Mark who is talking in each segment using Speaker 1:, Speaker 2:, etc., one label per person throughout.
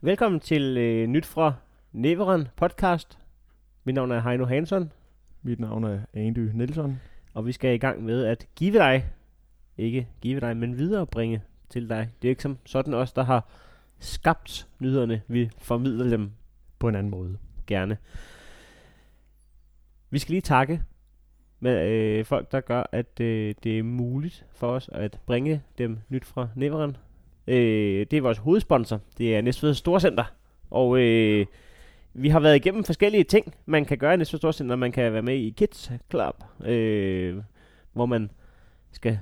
Speaker 1: Velkommen til øh, Nyt fra Næveren podcast. Mit navn er Heino Hansson,
Speaker 2: Mit navn er Andy Nielsen.
Speaker 1: og vi skal i gang med at give dig, ikke give dig, men viderebringe til dig. Det er ikke som sådan os, der har skabt nyhederne. Vi formidler dem
Speaker 2: På en anden måde.
Speaker 1: gerne. Vi skal lige takke med øh, folk, der gør, at øh, det er muligt for os at bringe dem nyt fra Neveren. Øh, det er vores hovedsponsor. Det er Næstved Storcenter. Og øh, vi har været igennem forskellige ting, man kan gøre i Næstved Storcenter. Man kan være med i Kids Club, øh, hvor man skal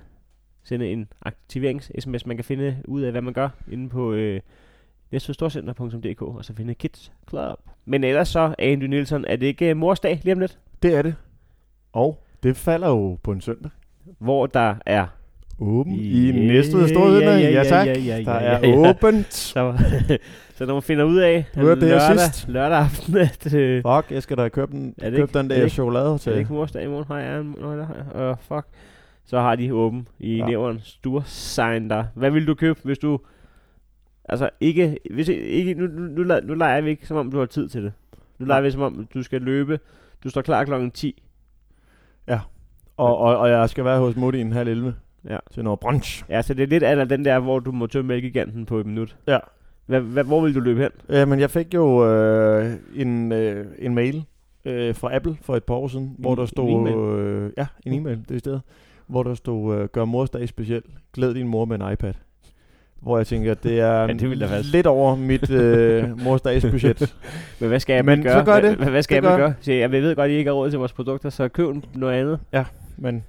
Speaker 1: sende en aktiverings-sms. Man kan finde ud af, hvad man gør inde på øh, næstvedstorcenter.dk og så finde Kids Club. Men ellers så, Andy Nielsen, er det ikke øh, morsdag lige om lidt?
Speaker 2: Det er det. Og det falder jo på en søndag.
Speaker 1: Hvor der er...
Speaker 2: Åben i næste store ja, ja, ja, tak.
Speaker 1: ja,
Speaker 2: Der er åbent.
Speaker 1: Så, så når man finder ud af
Speaker 2: Du hørte det her
Speaker 1: lørdag,
Speaker 2: sidst.
Speaker 1: lørdag aften, at øh,
Speaker 2: Fuck, jeg skal da købe den,
Speaker 1: Er det
Speaker 2: købe
Speaker 1: ikke-
Speaker 2: den
Speaker 1: er det
Speaker 2: der
Speaker 1: ikke-
Speaker 2: chokolade
Speaker 1: er det
Speaker 2: til.
Speaker 1: ikke morsdag i morgen, har jeg en morgen, har uh, fuck. Så har de åben i ja.
Speaker 2: Ja.
Speaker 1: nævren Storcenter. Hvad vil du købe, hvis du... Altså ikke... Hvis, ikke nu, nu, nu, le- nu leger vi ikke, som om du har tid til det. Nu leger vi, som om du skal løbe. Du står klar klokken 10.
Speaker 2: Og, og, og jeg skal være hos Mutti en halv 11
Speaker 1: Ja.
Speaker 2: til noget brunch.
Speaker 1: Ja, så det er lidt af den der, hvor du må tømme mælkeganten på et minut.
Speaker 2: Ja.
Speaker 1: Hva, hva, hvor vil du løbe hen?
Speaker 2: Jamen, jeg fik jo øh, en, øh, en mail øh, fra Apple for et par år siden, hvor
Speaker 1: En-
Speaker 2: der
Speaker 1: en
Speaker 2: stod...
Speaker 1: e-mail?
Speaker 2: øh, ja, en e-mail, det er stedet. Hvor der stod, øh, gør mors dag speciel. Glæd din mor med en iPad. Hvor jeg tænker, det er
Speaker 1: Ja, det ville da være-
Speaker 2: lidt over mit øh, mors dags budget.
Speaker 1: Men hvad skal jeg
Speaker 2: Men
Speaker 1: gøre?
Speaker 2: så gør det.
Speaker 1: Hvad, hvad skal
Speaker 2: Det
Speaker 1: jeg
Speaker 2: gør.
Speaker 1: gøre? Se, jeg ved godt, at I ikke har råd til vores produkter, så køb noget andet.
Speaker 2: men,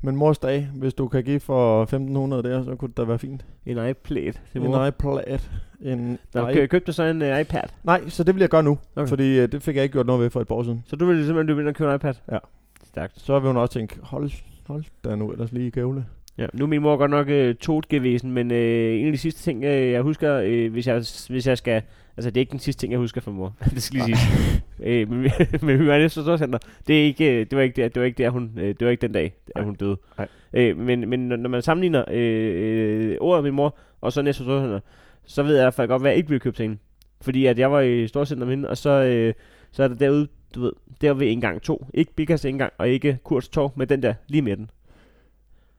Speaker 2: men mors dag, hvis du kan give for 1500 der, så kunne det da være fint.
Speaker 1: En iPad til mor.
Speaker 2: En iPad. En
Speaker 1: Nå,
Speaker 2: i-
Speaker 1: kø, købte du så en uh, iPad?
Speaker 2: Nej, så det vil jeg gøre nu.
Speaker 1: Okay.
Speaker 2: Okay. Fordi øh, det fik jeg ikke gjort noget ved for et par år siden.
Speaker 1: Så du ville simpelthen løbe ind og købe en iPad?
Speaker 2: Ja.
Speaker 1: Stærkt.
Speaker 2: Så vil hun også tænke, hold, hold da nu ellers lige i kævle.
Speaker 1: Ja, nu er min mor godt nok øh, totgevesen, men øh, en af de sidste ting, øh, jeg husker, øh, hvis, jeg, hvis jeg skal... Altså, det er ikke den sidste ting, jeg husker fra mor. det skal lige sige. øh, men, vi- men vi var i næste storcenter. Det, er ikke, øh, det, var ikke der, det var ikke der, hun... Øh, det var ikke den dag, at
Speaker 2: Nej.
Speaker 1: hun døde.
Speaker 2: Nej.
Speaker 1: Øh, men, men når når man sammenligner øh, øh, ordet af min mor, og så næste storcenter, så ved jeg i hvert fald godt, hvad jeg ikke blev købt til hende. Fordi at jeg var i storcenter med hende, og så, øh, så er det derude, du ved, der ved en gang to. Ikke Bikas en gang, og ikke Kurs Torv, men den der lige med den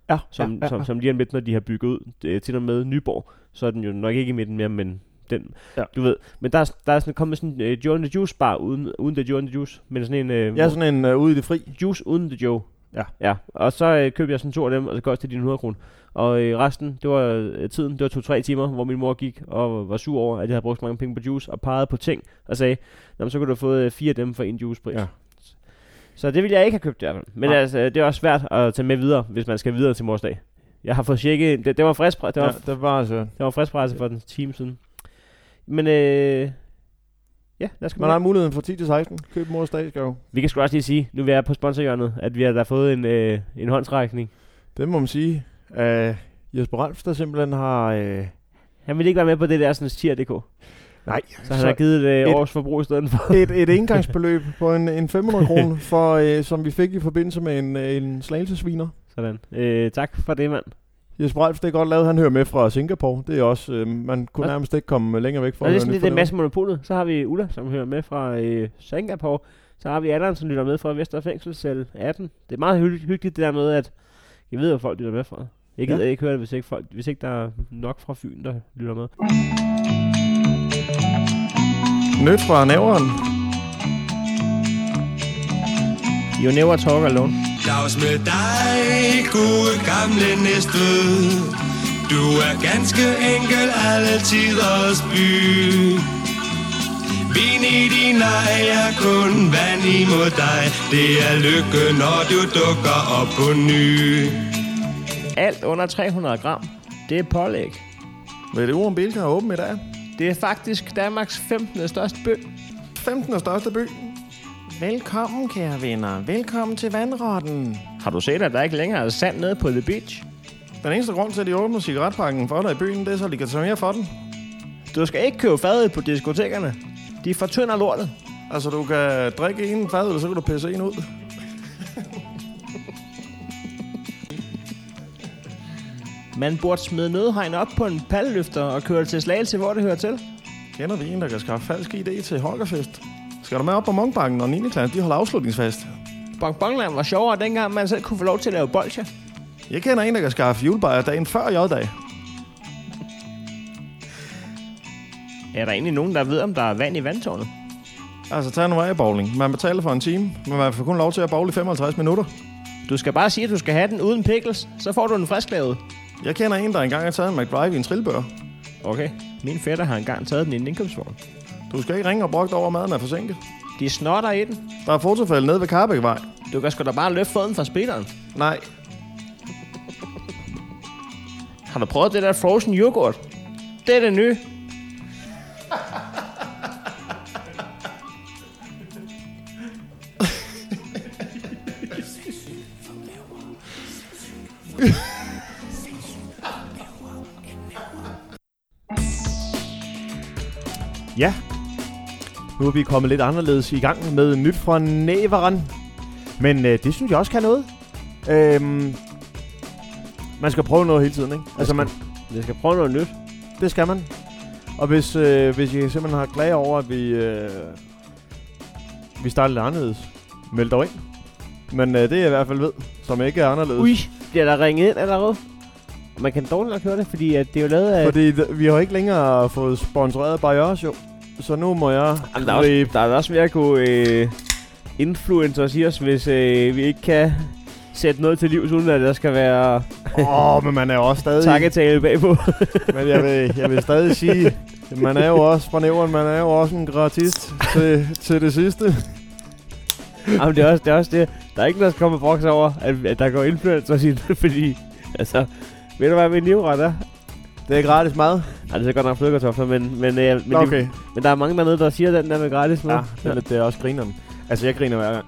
Speaker 2: Ja,
Speaker 1: som,
Speaker 2: ja, ja,
Speaker 1: som,
Speaker 2: ja.
Speaker 1: som lige om lidt, når de har bygget ud øh, til og med Nyborg, så er den jo nok ikke i midten mere, men den,
Speaker 2: Ja.
Speaker 1: du ved. Men der er, der er sådan kommet sådan en øh, Joe and the Juice bar, uden, uden The Joe and the Juice, men sådan en øh,
Speaker 2: Jeg er sådan en øh, ude i det fri.
Speaker 1: Juice uden The Joe.
Speaker 2: Ja.
Speaker 1: ja. Og så øh, købte jeg sådan to af dem, og det kostede dine 100 kroner. Og øh, resten, det var øh, tiden, det var to-tre timer, hvor min mor gik og var sur over, at jeg havde brugt så mange penge på juice, og pegede på ting og sagde, Nå, men så kunne du have fået øh, fire af dem for en juicepris.
Speaker 2: Ja.
Speaker 1: Så det ville jeg ikke have købt i hvert fald. Men
Speaker 2: Nej.
Speaker 1: altså, det er også svært at tage med videre, hvis man skal videre til morsdag. Jeg har fået tjekket, det, det var frisk, det var,
Speaker 2: Det var,
Speaker 1: ja.
Speaker 2: ja, det var altså...
Speaker 1: det var friskpresse for en time siden. Men øh, ja, lad os komme
Speaker 2: Man har muligheden fra 10 til 16. Køb mors dagsgave.
Speaker 1: Vi kan sgu også lige sige, nu vi er på sponsorhjørnet, at vi har da fået en, øh, en håndsrækning.
Speaker 2: Det må man sige. Uh, Jesper Ralf, der simpelthen har... Uh,
Speaker 1: Han ville ikke være med på det der sådan tier.dk.
Speaker 2: Nej,
Speaker 1: Så han
Speaker 2: så
Speaker 1: har givet et, øh,
Speaker 2: et-
Speaker 1: års forbrug i stedet for.
Speaker 2: et, et engangsbeløb på en, en 500 kroner, for, øh, som vi fik i forbindelse med en, øh, en slagelsesviner.
Speaker 1: Sådan. Øh, tak for det, mand.
Speaker 2: Jesper Ralf, det er godt lavet. Han hører med fra Singapore. Det er også... Øh, man kunne
Speaker 1: Også-
Speaker 2: nærmest ikke komme længere væk fra
Speaker 1: Og det er
Speaker 2: at
Speaker 1: sådan
Speaker 2: høre
Speaker 1: lidt det
Speaker 2: nyt
Speaker 1: masse monopolet. Så har vi Ulla, som hører med fra øh, Singapore. Så har vi Allan, som lytter med fra Vesterfængselscelle 18. Det er meget hy- hyggeligt det der med, at jeg ved, hvor folk lytter med fra. Jeg gider
Speaker 2: Ja.
Speaker 1: ikke høre det, hvis ikke, folk, hvis ikke der er nok fra Fyn, der lytter med.
Speaker 2: fra- nyt fra næveren.
Speaker 1: You never talk alone.
Speaker 3: Dags med dig, gode gamle næstved. Du er ganske enkel alle tiders by. Vin i din ej er kun vand imod dig. Det er lykke, når du dukker op på ny.
Speaker 1: Alt under 300 gram, det er pålæg.
Speaker 2: Ved det om Bilka er åben i dag.
Speaker 1: Det er faktisk Danmarks 15. største bøl.
Speaker 2: 15. største by. Velkommen, kære venner. Velkommen til vandrotten.
Speaker 1: Har du set, at der ikke længere er sand nede på The Beach?
Speaker 2: Den eneste grund til, at de åbner cigaretpakken for dig i byen, det er så, at de kan tage mere for den.
Speaker 1: Du skal ikke købe fadet på diskotekerne. De fortynder lortet.
Speaker 2: Altså, du kan drikke en fadøl, så kan du pisse en ud.
Speaker 1: Man burde smide nødhegn op på en palløfter og køre det til slagelse, hvor det hører til.
Speaker 4: Kender vi en, der kan skaffe falsk idé til Holgerfest? Skal du med op på Munkbanken, når 9. klasse de holder afslutningsfest?
Speaker 1: Bonbonland var sjovere dengang, man selv kunne få lov til at lave bolcher.
Speaker 4: Jeg kender en, der kan skaffe julebajer dagen før J-dag.
Speaker 1: Er der egentlig nogen, der ved, om der er vand i vandtårnet?
Speaker 4: Altså, tag nu af bowling. Man betaler for en time, men man får kun lov til at bowle i 55 minutter.
Speaker 1: Du skal bare sige, at du skal have den uden pickles, så får du den frisklavet.
Speaker 4: Jeg kender en, der engang har taget en McDrive i en trillebør.
Speaker 1: Okay. Min fætter har engang taget den i en indkøbsvogn.
Speaker 4: Du skal ikke ringe og brokke dig over, at maden er forsinket.
Speaker 1: De snotter i den.
Speaker 4: Der er fotofælde nede ved Karbækvej.
Speaker 1: Du kan sgu da bare løfte foden fra spilleren.
Speaker 4: Nej,
Speaker 1: Har du prøvet det der frozen yoghurt? Det er det nye.
Speaker 4: Ja. Nu er vi kommet lidt anderledes i gang med nyt fra Næveren. Men øh, det synes jeg også kan noget. Øhm, man skal prøve noget hele tiden, ikke? Altså, man,
Speaker 5: Vi skal prøve noget nyt.
Speaker 4: det skal man. Og hvis, øh, hvis I simpelthen har klager over, at vi, øh, vi starter lidt anderledes, meld dog ind. Men øh, det er i hvert fald ved, som ikke er anderledes.
Speaker 5: Ui, bliver der ringet ind allerede? Og man kan dårligt nok høre det, fordi at det er jo lavet af...
Speaker 4: Fordi d- vi har ikke længere fået sponsoreret By Us, jo. Så nu må jeg...
Speaker 5: Jamen, der, er også, der er også ved at kunne øh, influencers i os, hvis øh, vi ikke kan sætte noget til livs, uden at der skal være
Speaker 4: Åh, oh, men man er jo også stadig...
Speaker 5: takketale bagpå.
Speaker 4: Men jeg vil, jeg vil stadig sige, at man er jo også fra nævren, man er jo også en gratist til, til det sidste.
Speaker 5: Jamen, det er, også, det er også det. Der er ikke noget, der kommer broks over, at, at der går influencers i det, fordi... Altså, ved du hvad min livret er?
Speaker 4: Det er gratis mad.
Speaker 5: Ej, det er godt nok flødekartofler, men, men, øh, men,
Speaker 4: Nå, okay.
Speaker 5: men der er mange dernede, der siger, at den der med gratis mad.
Speaker 4: Ja, det er, lidt, det er også grineren. Altså, jeg griner hver gang.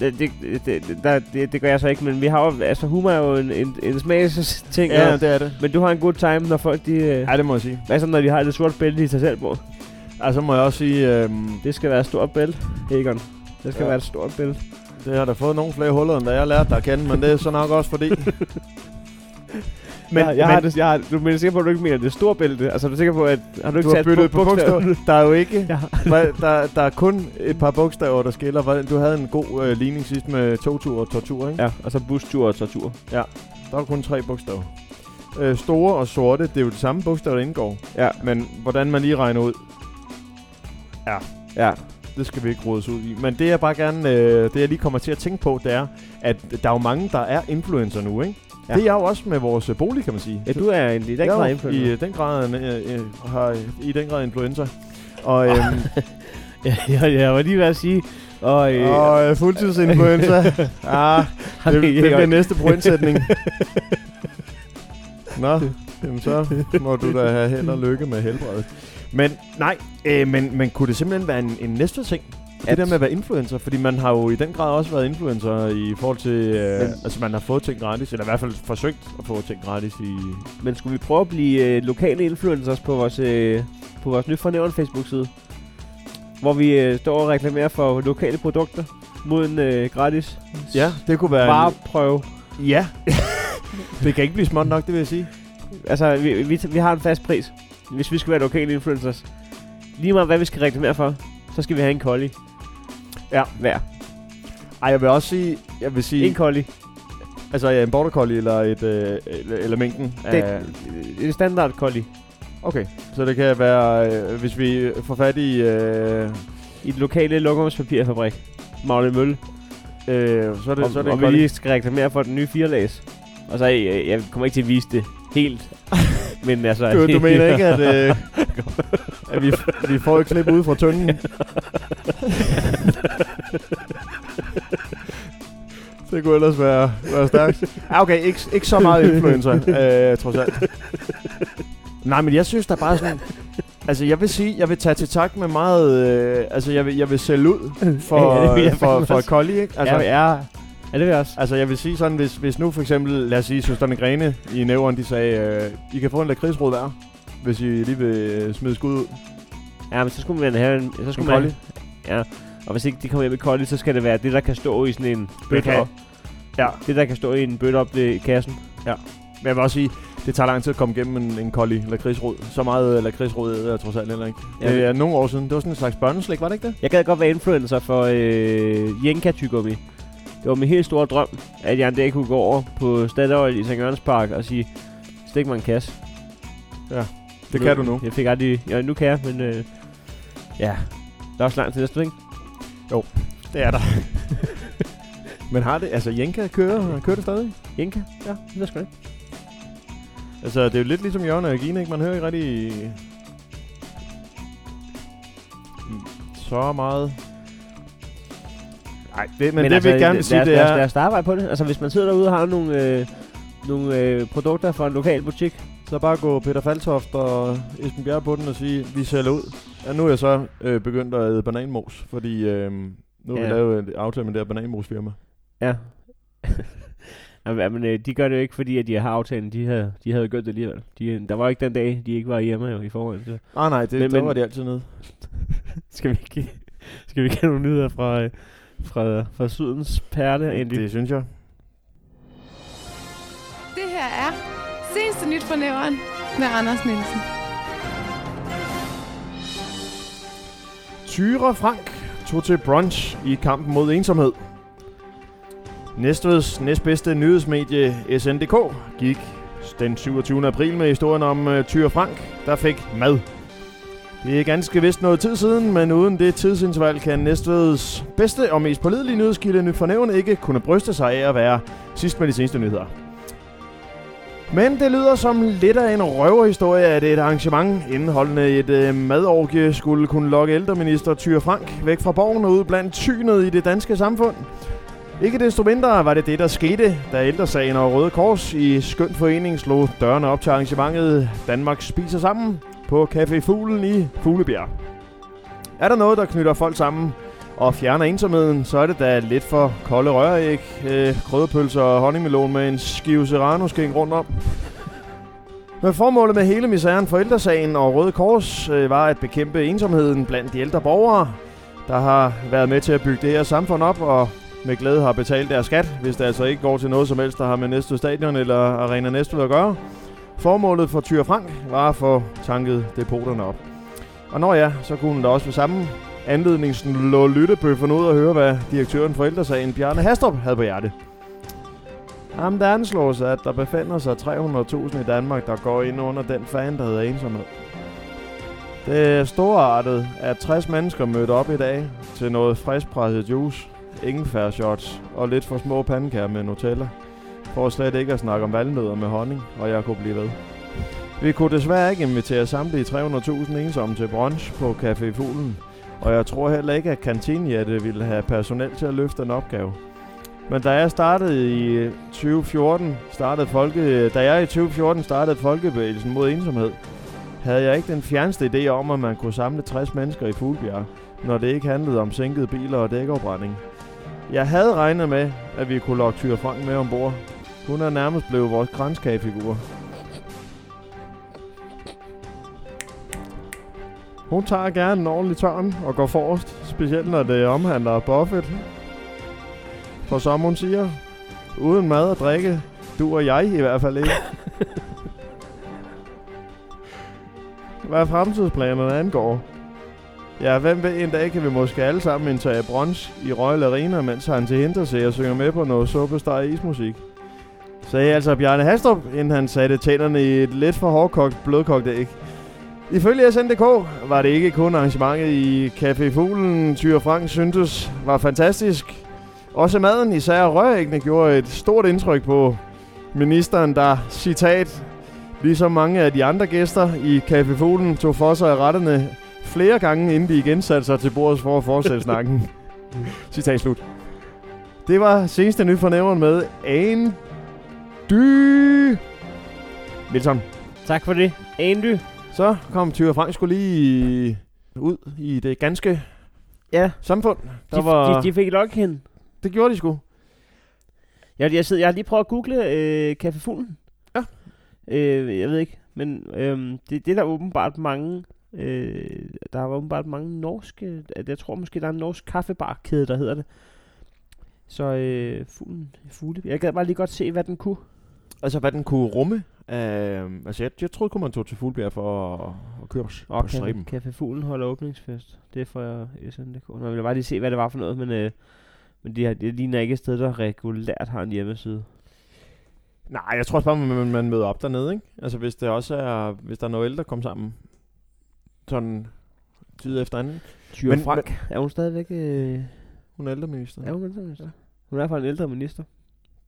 Speaker 5: Det, det, det, det- der, det, det gør jeg så ikke, men vi har jo, altså humor er jo en, en, en smagsting,
Speaker 4: Ja,
Speaker 5: ja.
Speaker 4: det er det.
Speaker 5: men du har en god time, når folk de... øh,
Speaker 4: Ja, det må jeg sige.
Speaker 5: Hvad så, når de har det sort bælte i sig selv på?
Speaker 4: Altså, må jeg også sige, øhm,
Speaker 5: Det skal være et stort bælte, Egon. Det skal
Speaker 4: Ja.
Speaker 5: ja. være et stort bælte.
Speaker 4: det har da fået nogle flere huller, end da jeg lærte dig at kende, men det er så nok også fordi...
Speaker 5: Men, jeg, jeg,
Speaker 4: men-
Speaker 5: men, har det, jeg har, du er sikker på, at du ikke mener, det er stort bælte? Altså, er du sikker på, at har du ikke
Speaker 4: Du har
Speaker 5: sat
Speaker 4: byttet på
Speaker 5: bogstaven?
Speaker 4: bogstaver. Der er jo ikke...
Speaker 5: Ja.
Speaker 4: Hvad, der, der er kun et par bogstaver, der skiller. Hvad- Du havde en god øh, ligning sidst med togtur og tortur, ikke?
Speaker 5: Ja, og så bustur og tortur.
Speaker 4: Der er kun tre bogstaver. Øh, store og sorte, det er jo det samme bogstav, der indgår.
Speaker 5: Ja.
Speaker 4: Men hvordan man lige regner ud,
Speaker 5: Ja.
Speaker 4: det skal vi ikke rodes ud i. Men det jeg bare gerne, øh, det jeg lige kommer til at tænke på, det er, at der er jo mange, der er influencer nu, ikke? Ja.
Speaker 5: Ja.
Speaker 4: Det er jeg jo også med vores øh, bolig, kan man sige.
Speaker 5: ja du er en, i den
Speaker 4: jeg
Speaker 5: grad
Speaker 4: jo i
Speaker 5: influencer.
Speaker 4: øh, den grad, øh, øh, har i den grad influencer. Og, øhm,
Speaker 5: ja, jeg var lige ved at sige... Og, øh,
Speaker 4: og øh, fuldtidsinfluencer. ah, det, det bliver næste pointsætning. Nå, jamen så må du da have held og lykke med helbredet. Men nej, øh, men, men kunne det simpelthen være en, en næste ting? Det
Speaker 5: At-
Speaker 4: der med at være influencer, fordi man har jo i den grad også været influencer i forhold til, øh,
Speaker 5: Men-
Speaker 4: altså man har fået ting gratis, eller i hvert fald forsøgt at få ting gratis i...
Speaker 5: Men skulle vi prøve at blive øh, lokale influencers på vores, øh, på vores nyt fornævren Facebook-side? Hvor vi øh, står og reklamerer for lokale produkter mod en øh, gratis
Speaker 4: Ja, det kunne
Speaker 5: Øh,
Speaker 4: være...
Speaker 5: vareprøve.
Speaker 4: En, ja. det kan ikke blive småt nok, det vil jeg sige.
Speaker 5: Altså, vi, vi, vi har en fast pris, hvis vi skal være lokale influencers. Lige meget hvad vi skal reklamere for, så skal vi have en collie.
Speaker 4: Ja.
Speaker 5: hver.
Speaker 4: Ej, jeg vil også sige, jeg vil sige,
Speaker 5: En collie.
Speaker 4: altså ja, en border collie eller et, øh, eller, eller mængden
Speaker 5: Det
Speaker 4: af,
Speaker 5: det er en standard collie.
Speaker 4: Okay, så det kan være, øh, hvis vi får fat i, øh,
Speaker 5: I den lokale lokumspapirfabrik. Magle Mølle.
Speaker 4: øh, så er det,
Speaker 5: Og,
Speaker 4: så er
Speaker 5: det
Speaker 4: det
Speaker 5: og
Speaker 4: en
Speaker 5: vi
Speaker 4: collie.
Speaker 5: lige skal reklamere for den nye firelags. Og så, jeg, jeg kommer ikke til at vise det helt. men altså...
Speaker 4: Du, du mener ikke, at, øh, at vi, vi får et klip ud fra tønden? det kunne ellers være, være stærkt. Ah, okay, ikke, ikke så meget influencer, øh, trods alt. Nej, men jeg synes der bare sådan... Altså, jeg vil sige, jeg vil tage til tak med meget... Øh, altså, jeg vil, jeg vil sælge ud for,
Speaker 5: Ja, det vil jeg
Speaker 4: for,
Speaker 5: fandme
Speaker 4: for
Speaker 5: også.
Speaker 4: Collie, ikke? Altså,
Speaker 5: Altså, ja, ja. ja, det vil jeg også.
Speaker 4: Altså, jeg vil sige sådan, hvis, hvis nu for eksempel, lad os sige, søsterne Grene i nævren, de sagde, øh, I kan få en lakridsrød hver, hvis I lige vil øh, smide skud ud.
Speaker 5: Ja, men så skulle man have en... Så skulle
Speaker 4: En
Speaker 5: man,
Speaker 4: collie.
Speaker 5: Ja. Og hvis ikke de kommer hjem i collie, så skal det være det, der kan stå i sådan en bøtte
Speaker 4: kan-
Speaker 5: op.
Speaker 4: Ja.
Speaker 5: Det, der kan stå i en bøtte op ved kassen.
Speaker 4: Men jeg vil også sige, Det tager lang tid at komme igennem en, en kolde lakridsrod. Så meget øh, lakridsrod æder jeg trods alt heller ikke.
Speaker 5: Ja.
Speaker 4: Ja. Det er nogle år siden. Det var sådan en slags børneslik, var det ikke det?
Speaker 5: Øh, Jeg gad godt være influencer for øh, Jenka Tygummi. Det var min helt store drøm, at jeg en dag kunne gå over på Statoil i St. Jørgens Park og sige, stik mig en kasse.
Speaker 4: Det kan du nu.
Speaker 5: Jeg fik aldrig... Ja, nu kan jeg, men... Øh, ja, der er også langt til næste, ikke?
Speaker 4: Det er der. Men har det, altså Jenka kører, kører det stadig?
Speaker 5: Jenka? Ja, det er sgu ikke.
Speaker 4: Altså, det er jo lidt ligesom Jørgen og Regina, ikke? Man hører ikke rigtig... Så meget... Nej, det, men, men det altså, vi gerne vil sige,
Speaker 5: lad os,
Speaker 4: det
Speaker 5: lad os,
Speaker 4: er...
Speaker 5: lad os arbejde på det. Altså, hvis man sidder derude og har nogle, øh, nogle øh, produkter fra en lokal butik,
Speaker 4: Så bare gå Peter Faltoft og Esben Bjerre på den og sige, vi sælger ud. Ja, nu er jeg så øh, begyndt at æde bananmos, fordi øh, nu har ja.
Speaker 5: Ja.
Speaker 4: vi lavet en aftale med det her bananmosfirma.
Speaker 5: Ja. Jamen, men øh, de gør det jo ikke, fordi at de har aftalen. De havde, de havde gjort det alligevel. De, der var ikke den dag, de ikke var hjemme jo, i forvejen. Så
Speaker 4: Ah nej, det,
Speaker 5: Men-
Speaker 4: men, der
Speaker 5: men-
Speaker 4: var de altid nede.
Speaker 5: skal vi ikke, skal vi ikke have nogle nyheder fra, øh, fra, fra sydens perle endelig?
Speaker 4: Det synes jeg.
Speaker 6: Det her er Seneste Nyt fra Næveren med Anders Nielsen.
Speaker 4: Tyre Frank tog til brunch i kampen mod ensomhed. Næstveds næstbedste nyhedsmedie SNDK gik den 27. april med historien om uh, Tyre Frank, der fik mad. Det er ganske vist noget tid siden, men uden det tidsinterval kan Næstveds bedste og mest pålidelige nyhedskilde nyt fornævn ikke kunne bryste sig af at være sidst med de seneste nyheder. Men det lyder som lidt af en røverhistorie, at et arrangement indeholdende et øh, madorgie skulle kunne lokke ældreminister Tyre Frank væk fra borgen og ud blandt tynet i det danske samfund. Ikke desto mindre var det det, der skete, da ældresagen og Røde Kors i Skøn Forening slog dørene op til arrangementet Danmark spiser sammen på Café Fuglen i Fuglebjerg. Er der noget, der knytter folk sammen og fjerner ensomheden, så er det da lidt for kolde røræg, øh, krødepølser og honningmelon med en skive serrano rundt om. Men formålet med hele misæren for ældresagen og Røde Kors øh, var at bekæmpe ensomheden blandt de ældre borgere, der har været med til at bygge det her samfund op og med glæde har betalt deres skat, hvis det altså ikke går til noget som helst, der har med Næstved Stadion eller Arena Næstved at gøre. Formålet for Tyre Frank var at få tanket depoterne op. Og når ja, så kunne der også ved samme anledning slå lyttebøfferne ud og høre, hvad direktøren for ældresagen Bjarne Hastrup havde på hjerte. Jamen, der anslås, at der befinder sig 300.000 i Danmark, der går ind under den fan, der hedder ensomhed. Det er storartet, at 60 mennesker mødte op i dag til noget friskpresset juice, ingefærshots og lidt for små pandekager med Nutella. For slet ikke at snakke om valnødder med honning, og jeg kunne blive ved. Vi kunne desværre ikke invitere samtlige 300.000 ensomme til brunch på Café Fuglen, og jeg tror heller ikke, at kantinjette ville have personel til at løfte den opgave. Men da jeg startede i øh, 2014, startede folke, da jeg i 2014 startede folkebevægelsen mod ensomhed, havde jeg ikke den fjerneste idé om, at man kunne samle 60 mennesker i Fuglebjerg, når det ikke handlede om sænkede biler og dækafbrænding. Jeg havde regnet med, at vi kunne lokke Tyre Frank med ombord. Hun er nærmest blevet vores grænskagefigur. Hun tager gerne en ordentlig tørn og går forrest, specielt når det omhandler Buffett. For som hun siger, uden mad og drikke, du og jeg i hvert fald ikke. Hvad fremtidsplanerne angår. Ja, hvem ved, en dag kan vi måske alle sammen indtage brunch i Royal Arena, mens han til hintersæger synger med på noget suppesteg ismusik. Sagde altså Bjarne Hastrup, inden han satte tænderne i et lidt for hårdkogt, blødkogt æg. Ifølge SNDK var det ikke kun arrangementet i Café Fuglen, Tyre Frank syntes var fantastisk. Også maden, især røræggene, gjorde et stort indtryk på ministeren, der, citat, ligesom mange af de andre gæster i Café Fuglen, tog for sig af retterne flere gange, inden de igen satte sig til bordet for at fortsætte snakken. citat slut. Det var seneste nyt fra nævren med Andy Dy... Wilson.
Speaker 5: Tak for det. Andy.
Speaker 4: Så kom Tyre Frank skulle lige ud i det ganske
Speaker 5: Ja.
Speaker 4: samfund. Der
Speaker 5: De,
Speaker 4: var...
Speaker 5: de, de fik lok hende.
Speaker 4: Det gjorde de sgu.
Speaker 5: Jeg, jeg, sidder, jeg har lige prøvet at google øh, kaffefuglen.
Speaker 4: Ja.
Speaker 5: Øh, jeg ved ikke, men øh, det, det er der åbenbart mange... Øh, der er åbenbart mange norske... at Jeg tror måske, der er en norsk kaffebarkæde, der hedder det. Så øh, fuglen, fugle. Jeg gad bare lige godt se, hvad den kunne.
Speaker 4: Altså, hvad den kunne rumme. Øh, altså, jeg, jeg troede kun, man tog til Fuglebjerg for at, at køre os
Speaker 5: Og
Speaker 4: på striben.
Speaker 5: Café Fuglen holder åbningsfest. Det er fra SNDK. Nå, jeg ville bare lige se, hvad det var for noget, men, øh, men det, det ligner ikke et sted, der regulært har en hjemmeside.
Speaker 4: Nej, jeg tror også bare, man, man møder op dernede, ikke? Altså, hvis, det også er, hvis der er noget ældre, der kommer sammen. Sådan tid efter anden.
Speaker 5: Tyre
Speaker 4: Men-
Speaker 5: Frank, er hun stadigvæk... Øh,
Speaker 4: Hun er ældreminister.
Speaker 5: er hun ældreminister? Hun er i hvert fald en ældre minister.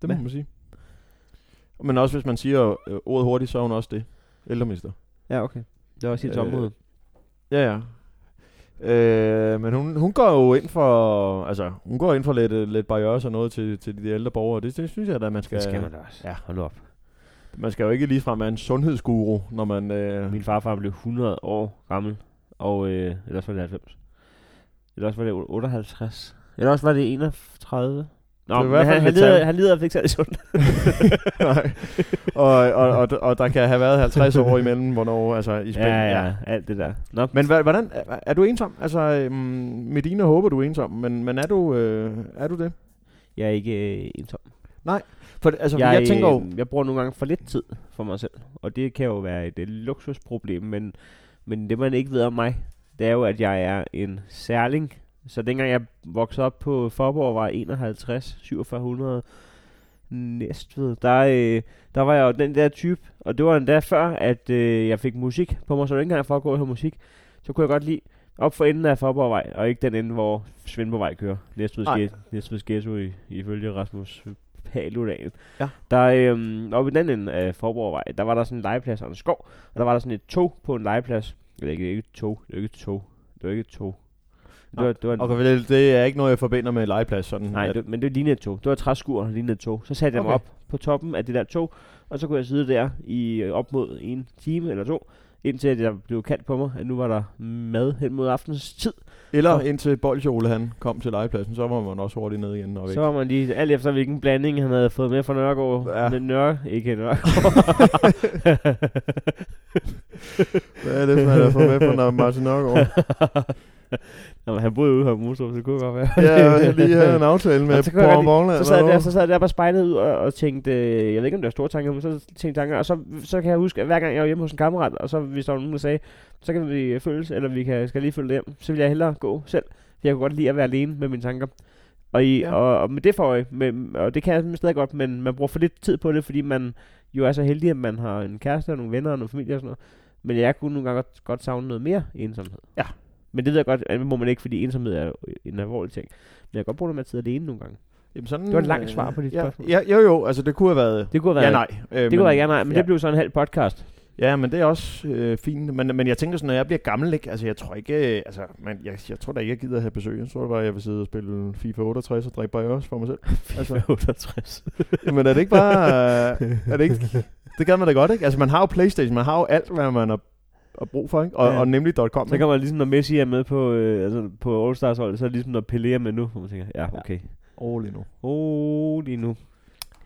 Speaker 4: Det må
Speaker 5: Hva?
Speaker 4: man sige. Men også hvis man siger øh, ordet hurtigt, så er hun også det. Ældreminister.
Speaker 5: Ja, okay. Det var også hendes
Speaker 4: Øh,
Speaker 5: øh, område.
Speaker 4: Ja, ja. Øh, men hun, hun går jo ind for, altså, hun går ind for lidt, øh, lidt barriere og noget til, til de ældre borgere. Det, det synes jeg da, man skal...
Speaker 5: Det skal man da også.
Speaker 4: ja.
Speaker 5: hold nu op.
Speaker 4: Man skal jo ikke ligefrem være en sundhedsguru, når man... Øh,
Speaker 5: Min farfar blev 100 år gammel, og øh, ellers var det 90. Ellers var det 58. Eller også var det 31.
Speaker 4: Det
Speaker 5: Nå,
Speaker 4: er i
Speaker 5: men
Speaker 4: hvert fald
Speaker 5: han, han,
Speaker 4: lidt
Speaker 5: lider,
Speaker 4: tal.
Speaker 5: han lider af ikke særlig sundt.
Speaker 4: nej. og, og, og, og, der kan have været 50 år imellem, hvornår, altså i Spanien.
Speaker 5: Ja, ja, alt det der. Nå,
Speaker 4: Men hva- hvordan, er, er du ensom? Altså, øhm, med dine håber du er ensom, men, men er, du, øh, er du det?
Speaker 5: jeg er ikke øh, ensom.
Speaker 4: For, det- altså, jeg, jeg tænker jo,
Speaker 5: øh, jeg bruger nogle gange for lidt tid for mig selv, og det kan jo være et øh, luksusproblem, men, men det man ikke ved om mig, det er jo, at jeg er en særling. Så dengang jeg voksede op på Forborg, var jeg 51, 4700, næstved, der, øh, der var jeg jo den der type, og det var endda før, at øh, jeg fik musik på mig, så det var ikke engang for at gå og høre musik, så kunne jeg godt lide op for enden af Forborgvej, og ikke den ende, hvor Svendborgvej kører. Næstved
Speaker 4: Nej.
Speaker 5: Ghetto- Næstved Ghetto i, ifølge Rasmus Paludan.
Speaker 4: Ja.
Speaker 5: Der, øhm, oppe i den ende af Forborgvej, der var der sådan en legeplads og en skov, og der var der sådan et tog på en legeplads. Eller ikke, ikke et tog, det var ikke et tog, det var ikke et tog. Det
Speaker 4: Nå,
Speaker 5: var, det var en,
Speaker 4: okay, det, det er ikke noget, jeg forbinder med legeplads. Sådan,
Speaker 5: Nej,
Speaker 4: at,
Speaker 5: det, men det lignede et tog. Det var et træskur, der lignede et tog. Så satte jeg mig
Speaker 4: Okay.
Speaker 5: op på toppen af det der tog, og så kunne jeg sidde der i øh, op mod en time eller to, indtil at jeg blev kaldt på mig, at nu var der mad hen mod aftens tid.
Speaker 4: Eller
Speaker 5: Nå.
Speaker 4: indtil Bolsjole han kom til legepladsen, så var man også hurtigt ned igen og væk.
Speaker 5: Så var man lige, alt efter hvilken blanding han havde fået med fra Nørregård.
Speaker 4: Ja.
Speaker 5: Ja. Men Nørre, ikke Nørregård.
Speaker 4: Hvad er det for, jeg får med på når Martin Nørgaard?
Speaker 5: Jamen, han boede ude her på Mostrup, så det kunne godt være.
Speaker 4: ja, jeg lige havde en aftale med
Speaker 5: Og så kunne jeg
Speaker 4: Borg
Speaker 5: godt
Speaker 4: Borgland.
Speaker 5: Så sad, jeg der, så sad jeg der bare spejlet ud og, og tænkte, øh, jeg ved ikke om det var store tanker, men så tænkte jeg tanker, og så, så kan jeg huske, at hver gang jeg var hjemme hos en kammerat, og så hvis der var nogen, der sagde, så kan vi øh, følges, eller vi kan, skal lige følge hjem, så ville jeg hellere gå selv, for jeg kunne godt lide at være alene med mine tanker. Og, i,
Speaker 4: Ja.
Speaker 5: ja. og, og med det for øje, med, og det kan jeg stadig godt, men man bruger for lidt tid på det, fordi man jo er så heldig, at man har en kæreste og nogle venner og nogle familie og sådan noget. Men jeg kunne nogle gange godt, godt savne noget mere ensomhed.
Speaker 4: Ja.
Speaker 5: Men det ved jeg godt, at det må man ikke, fordi ensomhed er jo en alvorlig ting. Men jeg kan godt bruge noget mere tid alene nogle gange.
Speaker 4: Jamen, sådan, øh,
Speaker 5: Det var et langt svar på dit
Speaker 4: ja,
Speaker 5: spørgsmål.
Speaker 4: Ja, jo, jo, altså det kunne have været...
Speaker 5: Det kunne have
Speaker 4: Ja,
Speaker 5: været,
Speaker 4: nej. Øh,
Speaker 5: det kunne have været ja, nej, men
Speaker 4: ja.
Speaker 5: det blev så en halv podcast.
Speaker 4: Ja, men det er også øh, fint. Men, men jeg tænker sådan, når jeg bliver gammel, ikke? Altså, jeg tror ikke... øh, Altså, man, jeg, jeg tror da ikke, jeg gider have besøg. Jeg tror bare, jeg vil sidde og spille FIFA 68 og drikke bare også for mig selv. Altså.
Speaker 5: 68.
Speaker 4: Jamen, er det ikke bare... Øh, er det ikke... Det gad man da godt, ikke? Altså, man har jo Playstation. Man har jo alt, hvad man har, har brug for, ikke? Og, ja.
Speaker 5: Ja.
Speaker 4: og nemlig .com.
Speaker 5: Så kan man ligesom, når Messi er med på, øh, altså på All Stars holdet, så er det ligesom, når Pelé er med nu, hvor man tænker, ja, okay.
Speaker 4: All in all.
Speaker 5: Oh, lige nu.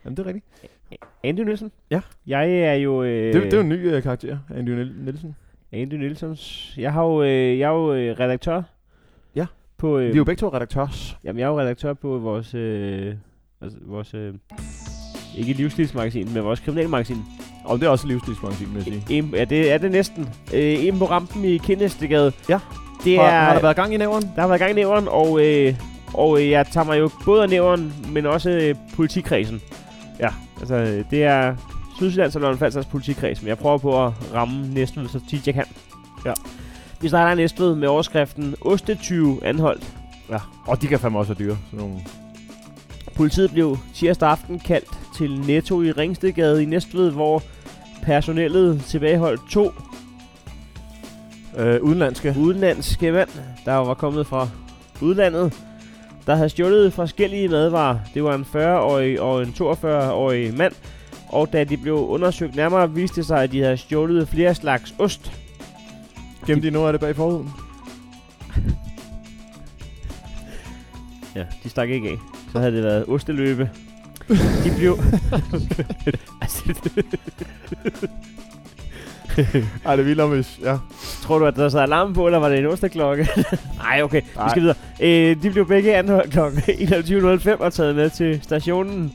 Speaker 4: Jamen, det er rigtigt.
Speaker 5: Andy Nielsen?
Speaker 4: Ja.
Speaker 5: Jeg er jo... Øh,
Speaker 4: Det, det er jo en ny øh, karakter, Andy Niel- Nielsen.
Speaker 5: Andy Nielsens. Jeg, har jo, øh, jeg er jo øh, redaktør.
Speaker 4: Ja.
Speaker 5: På,
Speaker 4: Vi
Speaker 5: øh,
Speaker 4: er jo begge to redaktørs.
Speaker 5: Jamen, jeg er jo redaktør på vores... Øh, altså, vores øh, ikke livsstilsmagasin, men vores kriminalmagasin.
Speaker 4: Og det er også livsstilsmagasin, vil jeg sige.
Speaker 5: En, ja, det er det næsten. Øh, en på rampen i Kindestegade.
Speaker 4: Ja.
Speaker 5: Det er,
Speaker 4: Har, har der været gang i nævren?
Speaker 5: der har været gang i nævren, og, øh, og øh, jeg tager mig jo både af nævren, men også øh, politikredsen. Ja, altså øh, det er Sydsjællands og Lolland Falsters politikreds, men jeg prøver på at ramme Næstved så tit jeg kan.
Speaker 4: Ja.
Speaker 5: Vi starter i Næstved med overskriften Ostetyve anholdt.
Speaker 4: Ja. Og de kan fandme også være dyre. Sådan nogle.
Speaker 5: Politiet blev tirsdag aften kaldt til Netto i Ringstedgade i Næstved, hvor personellet tilbageholdt to
Speaker 4: Øh, udenlandske.
Speaker 5: udenlandske mand, der var kommet fra udlandet, der havde stjålet forskellige madvarer. Det var en 40-årig og en 42-årig mand, og da de blev undersøgt nærmere, viste det sig, at de havde stjålet flere slags ost.
Speaker 4: Gennem de nu er det bag forhuden.
Speaker 5: Ja, de stak ikke af. Så havde det været osteløbe. De blev... altså,
Speaker 4: Ej, det er vildt om, hvis... Ja.
Speaker 5: Tror du, at der sad alarm på, eller var det en onsdagsklokke? Nej, okay.
Speaker 4: Nej.
Speaker 5: Vi skal videre. Øh, de blev begge anholdt kl. 21.05 og taget med til stationen.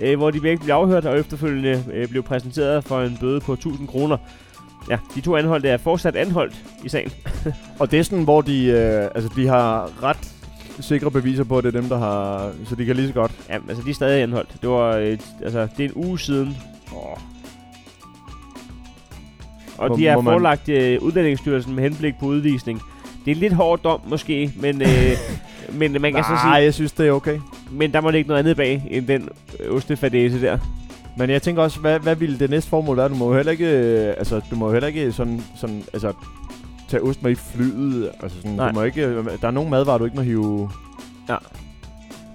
Speaker 5: øh, hvor de begge blev afhørt og efterfølgende øh, blev præsenteret for en bøde på 1000 kroner. Ja, de to anholdte er fortsat anholdt i sagen.
Speaker 4: Og det er sådan, hvor de, øh, altså, de har ret sikre beviser på, at det er dem, der har... Så de kan lige så godt.
Speaker 5: Ja, altså de er stadig anholdt. Det var øh, altså det er en uge siden. Åh. Og
Speaker 4: Hvor-
Speaker 5: de er
Speaker 4: hvor man-
Speaker 5: forelagt øh, udlændingsstyrelsen med henblik på udvisning. Det er en lidt hård dom måske, men øh, men man kan så
Speaker 4: Nej,
Speaker 5: sige,
Speaker 4: jeg synes, det er okay.
Speaker 5: men der må ligge noget andet bag end den øh, ostefadese der.
Speaker 4: Men jeg tænker også, hvad, hvad ville det næste formål være? Du må jo heller ikke, øh, altså, du må jo heller ikke sådan, sådan, altså, tage ost med i flyet. Altså sådan,
Speaker 5: Nej.
Speaker 4: du må ikke, der er nogle madvarer, du ikke må hive.
Speaker 5: Ja.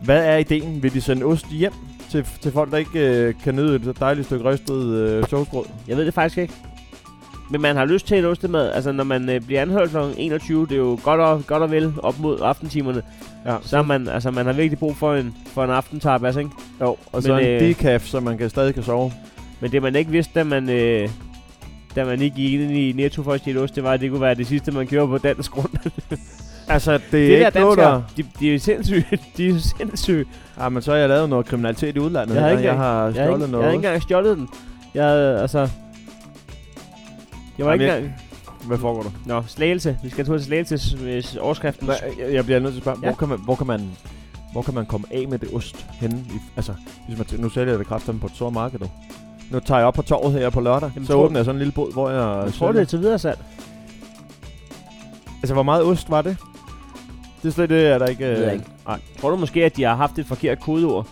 Speaker 4: Hvad er ideen? Vil de sende ost hjem til, til folk, der ikke øh, kan nyde et dejligt stykke rystet øh, sovsbrød?
Speaker 5: Jeg ved det faktisk ikke. Men man har lyst til en ostemad. Altså når man øh, bliver anholdt kl. 21, det er jo godt og, godt og vel op mod aftentimerne.
Speaker 4: Ja.
Speaker 5: Så er man, altså, man har virkelig brug for en, for en aftentapas, ikke?
Speaker 4: Jo, og så
Speaker 5: Men,
Speaker 4: en
Speaker 5: øh,
Speaker 4: øh, decaf, så man kan stadig kan sove.
Speaker 5: Men det man ikke vidste, da man, øh, da man ikke gik ind i Netto for at stjæle ost, det var, at det kunne være det sidste, man gjorde på dansk grund. Det,
Speaker 4: Altså, det, det er ikke noget, der...
Speaker 5: de, de er sindssyge. De er sindssyge.
Speaker 4: Ja, men så har jeg lavet noget kriminalitet i udlandet.
Speaker 5: Jeg har
Speaker 4: og
Speaker 5: ikke
Speaker 4: jeg
Speaker 5: engang-
Speaker 4: har
Speaker 5: Jeg havde,
Speaker 4: stjålet
Speaker 5: ikke, jeg
Speaker 4: noget.
Speaker 5: havde ikke engang stjålet den. Jeg havde, altså... Jeg var
Speaker 4: Jamen,
Speaker 5: ikke
Speaker 4: jeg-
Speaker 5: engang...
Speaker 4: Hvad foregår der?
Speaker 5: Nå, slagelse. Vi skal tage til slagelses øh, overskriften.
Speaker 4: Hva, jeg- jeg bliver nødt til at spørge,
Speaker 5: Ja.
Speaker 4: ja. hvor, kan man, hvor, kan man, hvor kan man komme af med det ost henne? I, altså, hvis man, nu sælger jeg det kraftigt på et sort marked. nu. Nu tager jeg op på torvet her på lørdag,
Speaker 5: Jamen,
Speaker 4: Jamen, så
Speaker 5: tror-
Speaker 4: åbner jeg sådan en lille båd, hvor jeg...
Speaker 5: Jeg tror,
Speaker 4: sælger-
Speaker 5: det er til videre salg.
Speaker 4: Altså, hvor meget ost var det? Det er slet det, er der ikke...
Speaker 5: ved jeg
Speaker 4: Øh,
Speaker 5: ikke. Tror du måske, at de har haft et forkert kodeord?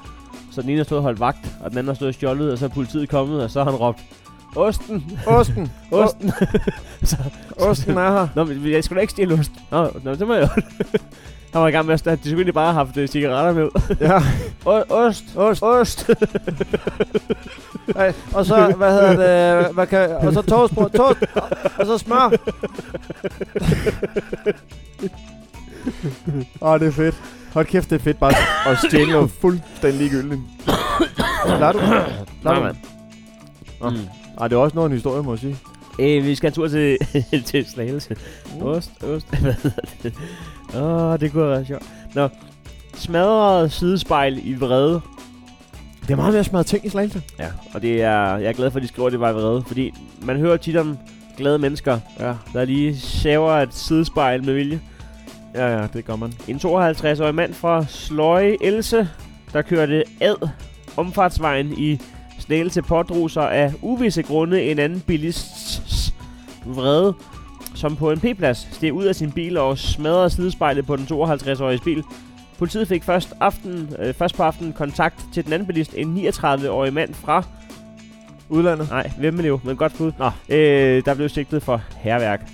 Speaker 5: Så den ene har stået og holdt vagt, og den anden har stået og stjålet, og så er politiet kommet, og så har han råbt... Osten!
Speaker 4: osten!
Speaker 5: Osten!
Speaker 4: Osten er her!
Speaker 5: Nå, men jeg skulle da ikke stjæle ost. Nå, nå det må jeg jo. Han var i gang med at starte. De skulle egentlig bare have haft øh, cigaretter med.
Speaker 4: Ja,
Speaker 5: O- ost!
Speaker 4: ost!
Speaker 5: Ost!
Speaker 4: Ej, og så, hvad hedder det, hvad kan, og så toastbrød, toast, og så smør. Åh, oh, det er fedt. Hold kæft, det er fedt bare at stjæle noget fuldstændig ligegyldigt. Klarer du? Klarer
Speaker 5: Nej,
Speaker 4: du?
Speaker 5: mand.
Speaker 4: Nå.
Speaker 5: Mm.
Speaker 4: Ej, det er også noget af en historie, må jeg sige.
Speaker 5: Øh, vi skal en tur til, til Slagelse.
Speaker 4: Uh.
Speaker 5: Ost, ost. Hvad hedder det? Åh, oh, det kunne have været sjovt. Nå. Smadret sidespejl i vrede.
Speaker 4: Det er meget mere smadret ting i slagelse.
Speaker 5: Ja. Og det er, jeg er glad for, at de skriver, at det var i vrede. Fordi man hører tit om glade mennesker,
Speaker 4: Ja.
Speaker 5: der lige saver et sidespejl med vilje.
Speaker 4: Ja, ja, det gør man.
Speaker 5: En 52-årig mand fra Sløje Else, der kørte ad omfartsvejen i Slagelse pådrog sig af uvisse grunde en anden bilists vrede, som på en P-plads steg ud af sin bil og smadrede sidespejlet på den 52-årige bil. Politiet fik først, aften, øh, først på aftenen kontakt til den anden bilist, en 39-årig mand fra
Speaker 4: Udlandet.
Speaker 5: Nej, Vemmelev, men godt bud. Nå. Øh, der blev sigtet for herværk.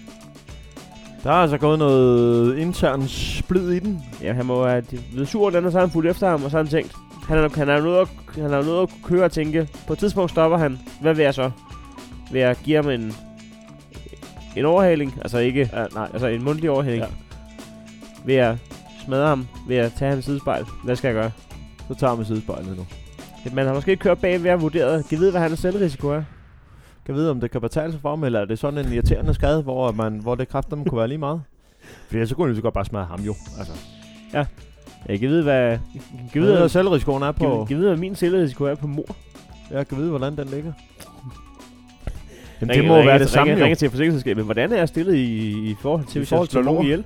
Speaker 4: Der er altså gået noget intern splid i den.
Speaker 5: Ja, han må have blevet sur eller andet, så har han fulgt efter ham, og så har han tænkt. Han har, han har noget at, han har noget at kunne køre og tænke. På et tidspunkt stopper han. Hvad vil jeg så? Vil jeg give ham en, en overhaling? Altså ikke,
Speaker 4: Ja, nej.
Speaker 5: altså en mundtlig overhaling. Ja.
Speaker 4: Ja.
Speaker 5: Vil jeg smadre ham? Vil jeg tage hans sidespejl? Hvad skal jeg gøre?
Speaker 4: Så tager man sidespejlet nu.
Speaker 5: Man har måske kørt bagved og vurderet. Kan vide, hvad hans selvrisiko er?
Speaker 4: Kan vide, om det kan betale sig for ham, eller er det sådan en irriterende skade, hvor, man, hvor det kræfter kunne være lige meget? Fordi ellers så kunne han lige så godt bare smadre ham jo. Altså,
Speaker 5: Jeg kan vide, hvad... Kan
Speaker 4: jeg
Speaker 5: vide,
Speaker 4: ved,
Speaker 5: hvad,
Speaker 4: hvad selvrisikoen er
Speaker 5: kan,
Speaker 4: på.
Speaker 5: kan vide, hvad min selvrisiko er på mor?
Speaker 4: Jeg kan vide, hvordan den ligger. Jamen,
Speaker 5: Ringe-
Speaker 4: det må
Speaker 5: ringe-
Speaker 4: være det samme
Speaker 5: ringe,
Speaker 4: jo.
Speaker 5: ringe til forsikringsselskabet. Hvordan er jeg stillet i, i forhold til,
Speaker 4: I
Speaker 5: hvis
Speaker 4: forhold
Speaker 5: jeg slår
Speaker 4: til
Speaker 5: nogen
Speaker 4: mor?
Speaker 5: ihjel?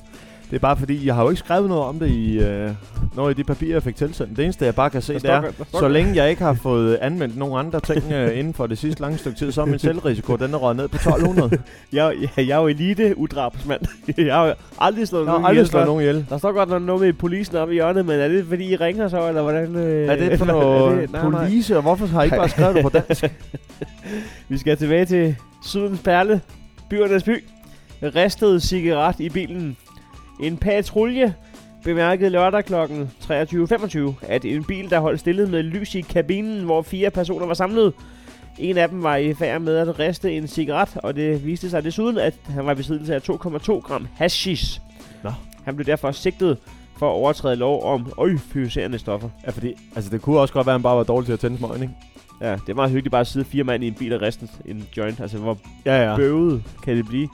Speaker 4: Det er bare fordi, jeg har jo ikke skrevet noget om det i, øh, når i de papirer, jeg fik tilsendt. Det eneste, jeg bare kan se, det er, så længe jeg ikke har fået anmeldt nogen andre ting øh, inden for det sidste lange stykke tid, så er min selvrisiko, den er røget ned på 1200.
Speaker 5: Jeg, jeg, jeg er jo elite-udrabsmand. jeg har jo aldrig slået
Speaker 4: Jeg
Speaker 5: nogen
Speaker 4: har aldrig
Speaker 5: ihjel
Speaker 4: slået
Speaker 5: før.
Speaker 4: nogen ihjel.
Speaker 5: Der står godt nok noget med polisen oppe i hjørnet, men er det fordi I ringer så, eller hvordan? Øh,
Speaker 4: Er det for
Speaker 5: eller- er
Speaker 4: noget
Speaker 5: det- nej, nej.
Speaker 4: police, og hvorfor har I ikke bare skrevet det på dansk?
Speaker 5: Vi skal tilbage til Sydens Perle, byernes by. Ristet cigaret i bilen. En patrulje bemærkede lørdag kl. 23.25, at en bil, der holdt stille med lys i kabinen, hvor fire personer var samlet. En af dem var i færd med at riste en cigaret, og det viste sig desuden, at han var i besiddelse af 2,2 gram hashish.
Speaker 4: Nå.
Speaker 5: Han blev derfor sigtet for at overtræde lov om øjfyriserende stoffer.
Speaker 4: Ja, fordi, altså det kunne også godt være, at han bare var dårlig til at tænde smøgen, ikke?
Speaker 5: Ja, det er meget hyggeligt bare at sidde fire mand i en bil og riste en joint. Altså, hvor
Speaker 4: Ja, ja.
Speaker 5: bøvet kan det blive.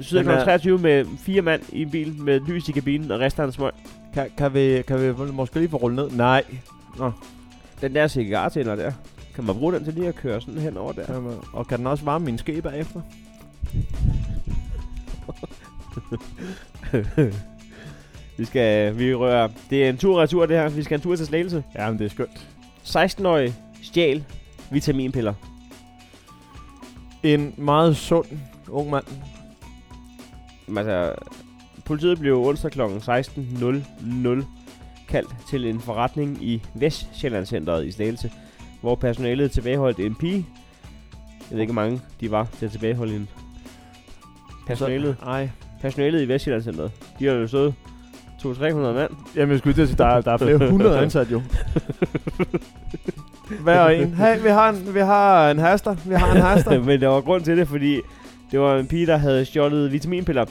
Speaker 5: Sidder
Speaker 4: Men,
Speaker 5: klokken 23
Speaker 4: øh,
Speaker 5: med fire mand i en bil med lys i kabinen og resten af en smøg.
Speaker 4: Kan, kan, vi, kan vi måske lige få rullet ned? Nej.
Speaker 5: den der cigartænder der, kan man bruge den til lige at køre sådan hen over der?
Speaker 4: Jamen, Og kan den også varme min ske bagefter?
Speaker 5: vi skal, vi rører, det er en tur retur det her, vi skal en tur til Slagelse.
Speaker 4: Jamen, det er skønt.
Speaker 5: 16-årig stjæl vitaminpiller.
Speaker 4: En meget sund ung mand.
Speaker 5: Jamen, Altså, politiet blev onsdag kl. 16.00 kaldt til en forretning i Vestsjællandscenteret i Slagelse, hvor personalet tilbageholdt en pige. Jeg ved ikke, hvor mange de var til at tilbageholde hende. Personalet,
Speaker 4: Nej.
Speaker 5: personalet i Vestsjællandscenteret, de har jo stået 200-300 mand.
Speaker 4: Jamen, jeg skulle til at sige, der er, der er flere hundrede ansat jo. Hver en. Hey, vi har en, vi har en haster. Vi har en haster.
Speaker 5: Men der var grund til det, fordi det var en pige, der havde stjålet vitaminpiller.